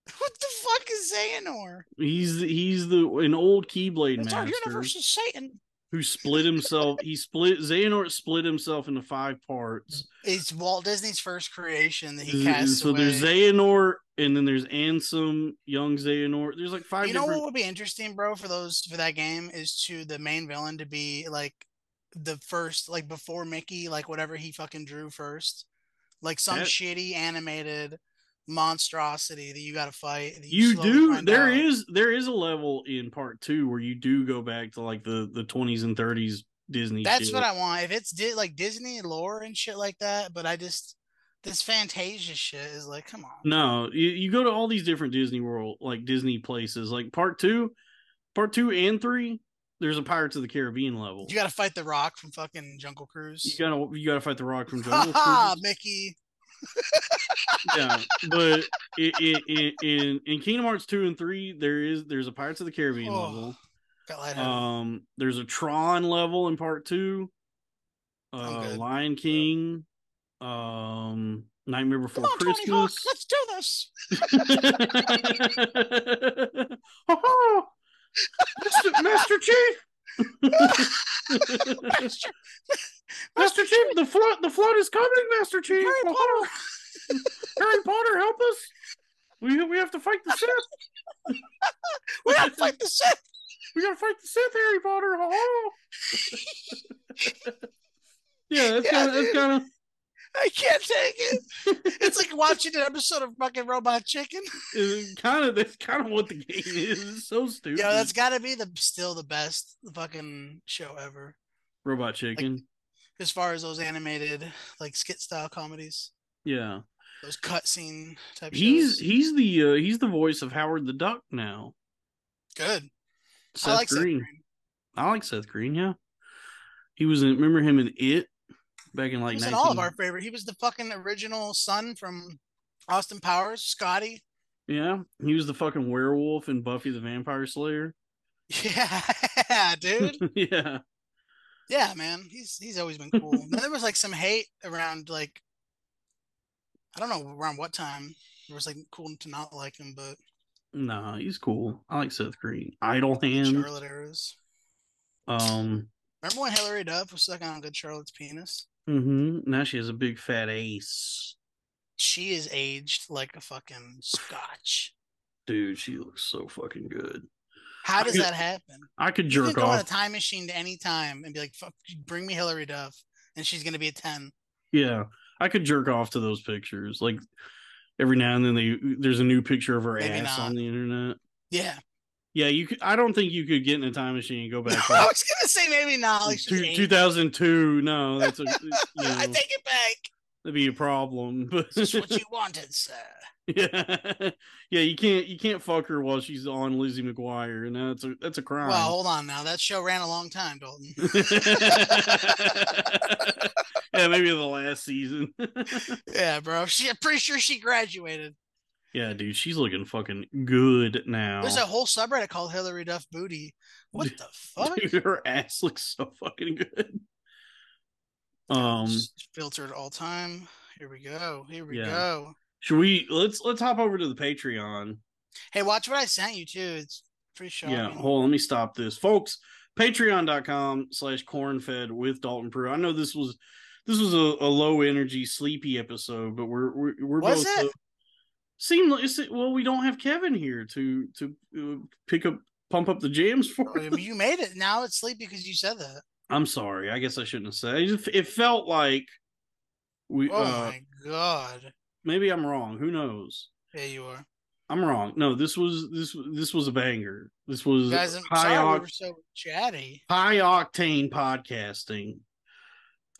[SPEAKER 3] What the fuck is Xehanort?
[SPEAKER 2] He's the, he's the an old Keyblade
[SPEAKER 3] It's our
[SPEAKER 2] master
[SPEAKER 3] universe is Satan.
[SPEAKER 2] who split himself. he split Xehanort split himself into five parts.
[SPEAKER 3] It's Walt Disney's first creation that he
[SPEAKER 2] Z-
[SPEAKER 3] casts
[SPEAKER 2] So
[SPEAKER 3] away.
[SPEAKER 2] there's Xehanort, and then there's Ansem, young Xehanort. There's like five
[SPEAKER 3] you know
[SPEAKER 2] different.
[SPEAKER 3] what would be interesting, bro, for those for that game is to the main villain to be like the first, like before Mickey, like whatever he fucking drew first, like some
[SPEAKER 2] That-
[SPEAKER 3] shitty animated monstrosity that you got to fight. that
[SPEAKER 2] you
[SPEAKER 3] slowly
[SPEAKER 2] do.
[SPEAKER 3] find
[SPEAKER 2] There
[SPEAKER 3] out.
[SPEAKER 2] is there is a level in part two where you do go back to like the the 20s and 30s Disney.
[SPEAKER 3] That's
[SPEAKER 2] shit.
[SPEAKER 3] what I want. If it's di- like Disney lore and shit like that, but I just this Fantasia shit is like, come on.
[SPEAKER 2] No, you, you go to all these different Disney World, like Disney places, like part two, part two and three. There's a Pirates of the Caribbean level.
[SPEAKER 3] You got to fight the Rock from fucking Jungle Cruise.
[SPEAKER 2] You gotta you gotta fight the Rock from
[SPEAKER 3] Ha
[SPEAKER 2] Jungle
[SPEAKER 3] ha,
[SPEAKER 2] Cruise.
[SPEAKER 3] Mickey.
[SPEAKER 2] yeah, but i i in, in in Kingdom Hearts two and three, there is there's a Pirates of the Caribbean
[SPEAKER 3] Oh,
[SPEAKER 2] level.
[SPEAKER 3] Got lightheaded.
[SPEAKER 2] Um, there's a Tron level in part two.
[SPEAKER 3] I'm
[SPEAKER 2] Uh,
[SPEAKER 3] good.
[SPEAKER 2] Lion King, um, Nightmare Before
[SPEAKER 3] Come on, Tony Hawk,
[SPEAKER 2] Christmas.
[SPEAKER 3] let's do this.
[SPEAKER 2] Ha-ha! Mr. Master Chief.
[SPEAKER 3] Master,
[SPEAKER 2] Master Chief, the flood, the flood is coming, Master Chief.
[SPEAKER 3] Harry Potter.
[SPEAKER 2] Harry Potter, help us! We we have to fight the Sith.
[SPEAKER 3] We gotta fight the Sith.
[SPEAKER 2] We gotta fight the Sith, Harry Potter. Oh. yeah, that's
[SPEAKER 3] Yeah,
[SPEAKER 2] kind of that's
[SPEAKER 3] dude.
[SPEAKER 2] kind of
[SPEAKER 3] I can't take it. It's like watching an episode of fucking Robot Chicken.
[SPEAKER 2] kind of that's kind of what the game is. It's so stupid.
[SPEAKER 3] Yo, that's gotta be the still the best fucking show ever,
[SPEAKER 2] Robot Chicken.
[SPEAKER 3] as far as those animated like skit style comedies,
[SPEAKER 2] yeah,
[SPEAKER 3] those cutscene type.
[SPEAKER 2] he's
[SPEAKER 3] shows.
[SPEAKER 2] he's the uh, he's the voice of Howard the Duck now.
[SPEAKER 3] good.
[SPEAKER 2] Seth
[SPEAKER 3] I like Seth
[SPEAKER 2] Green.
[SPEAKER 3] Green.
[SPEAKER 2] I like Seth Green. Yeah, he was in. Remember him in It back in
[SPEAKER 3] He
[SPEAKER 2] like
[SPEAKER 3] was
[SPEAKER 2] 19-
[SPEAKER 3] in all of our favorite. He was the fucking original son from Austin Powers, Scotty.
[SPEAKER 2] Yeah, he was the fucking werewolf in Buffy the Vampire Slayer.
[SPEAKER 3] Yeah, dude.
[SPEAKER 2] yeah,
[SPEAKER 3] Yeah, man, he's he's always been cool. Now, there was like some hate around like I don't know around what time it was like cool to not like him, but
[SPEAKER 2] nah, he's cool. I like Seth Green. Idle Hand.
[SPEAKER 3] Charlotte eras.
[SPEAKER 2] Um,
[SPEAKER 3] Remember when Hillary Duff was sucking on Good Charlotte's penis?
[SPEAKER 2] hmm now she has a big fat ace.
[SPEAKER 3] She is aged like a fucking scotch.
[SPEAKER 2] Dude, she looks so fucking good.
[SPEAKER 3] How does
[SPEAKER 2] Yeah.
[SPEAKER 3] that happen?
[SPEAKER 2] I could
[SPEAKER 3] You could
[SPEAKER 2] jerk
[SPEAKER 3] go on a
[SPEAKER 2] off.
[SPEAKER 3] time machine to any time and be like, "Fuck, bring me Hillary Duff," and she's gonna be a ten.
[SPEAKER 2] yeah, I could jerk off to those pictures. Like every now and then, they there's a new picture of her
[SPEAKER 3] Maybe
[SPEAKER 2] ass
[SPEAKER 3] not.
[SPEAKER 2] on the internet.
[SPEAKER 3] Yeah,
[SPEAKER 2] Yeah, you could. I don't think you could get in a time machine and go back.
[SPEAKER 3] I was gonna say maybe not. Like she's
[SPEAKER 2] Two,
[SPEAKER 3] aged.
[SPEAKER 2] 2002 no that's a you
[SPEAKER 3] I
[SPEAKER 2] know,
[SPEAKER 3] take it back.
[SPEAKER 2] that'd be a problem but
[SPEAKER 3] This is what you wanted, sir.
[SPEAKER 2] yeah yeah you can't you can't fuck her while she's on lizzie mcguire and that's a that's a crime
[SPEAKER 3] Well, hold on now. That show ran a long time, Dalton.
[SPEAKER 2] yeah maybe the last season
[SPEAKER 3] yeah, bro. She, I'm pretty sure she graduated.
[SPEAKER 2] yeah dude she's looking fucking good now
[SPEAKER 3] There's a whole subreddit called Hillary Duff Booty. What the fuck?
[SPEAKER 2] Dude, her ass looks so fucking good um
[SPEAKER 3] It's filtered all time. Here we go. Here we
[SPEAKER 2] Yeah.
[SPEAKER 3] go.
[SPEAKER 2] should we let's let's hop over to the patreon
[SPEAKER 3] Hey, watch what I sent you too. It's pretty shocking.
[SPEAKER 2] Yeah, hold on, let me stop this. Folks, patreon.com slash cornfed with Dalton Prue. I know this was this was a, a low energy, sleepy episode, but we're we're, we're
[SPEAKER 3] Was
[SPEAKER 2] both
[SPEAKER 3] it?
[SPEAKER 2] uh, seem like it's- well, we don't have Kevin here to to uh, pick up pump up the jams for.
[SPEAKER 3] I mean, Oh, you made it. Now it's sleep because you said that.
[SPEAKER 2] I'm sorry, I guess I shouldn't have said. It, just- it felt like we.
[SPEAKER 3] Oh
[SPEAKER 2] uh,
[SPEAKER 3] my god.
[SPEAKER 2] maybe I'm wrong. Who knows?
[SPEAKER 3] Yeah, you are.
[SPEAKER 2] I'm wrong. No, this was this this was a banger. This was
[SPEAKER 3] Guys, I'm
[SPEAKER 2] high
[SPEAKER 3] sorry we
[SPEAKER 2] oct-
[SPEAKER 3] were so chatty.
[SPEAKER 2] high octane podcasting.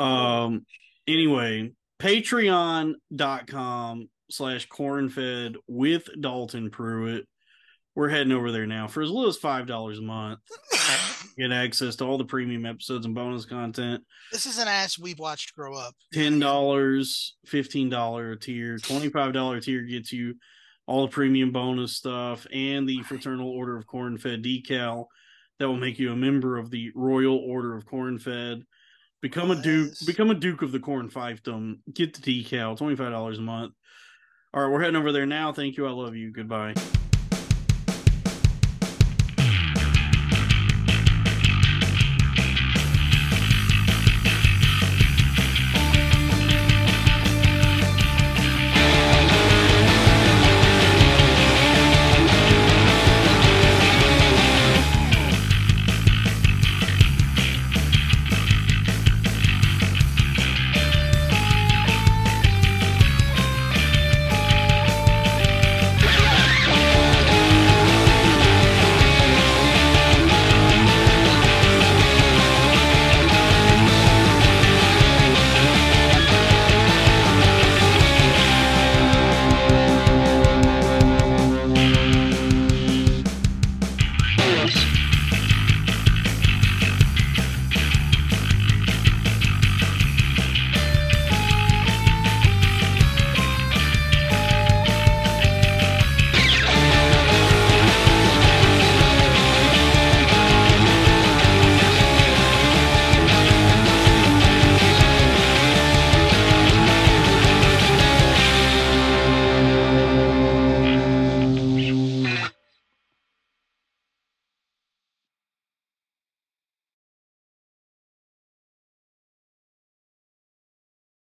[SPEAKER 2] Um anyway, patreon.com slash cornfed with Dalton Pruitt. We're heading over there now for as little as five dollars a month. Get access to all the premium episodes and bonus content.
[SPEAKER 3] this is an ass we've watched grow up.
[SPEAKER 2] Ten dollars, fifteen dollar tier, twenty-five dollar tier gets you all the premium bonus stuff and the Fraternal Order of Corn Fed decal. That will make you a member of the Royal Order of Corn Fed. Become a duke.
[SPEAKER 3] Nice.
[SPEAKER 2] Become a duke of the corn fiefdom. Get the decal. Twenty-five dollars a month. All right, we're heading over there now. Thank you. I love you. Goodbye.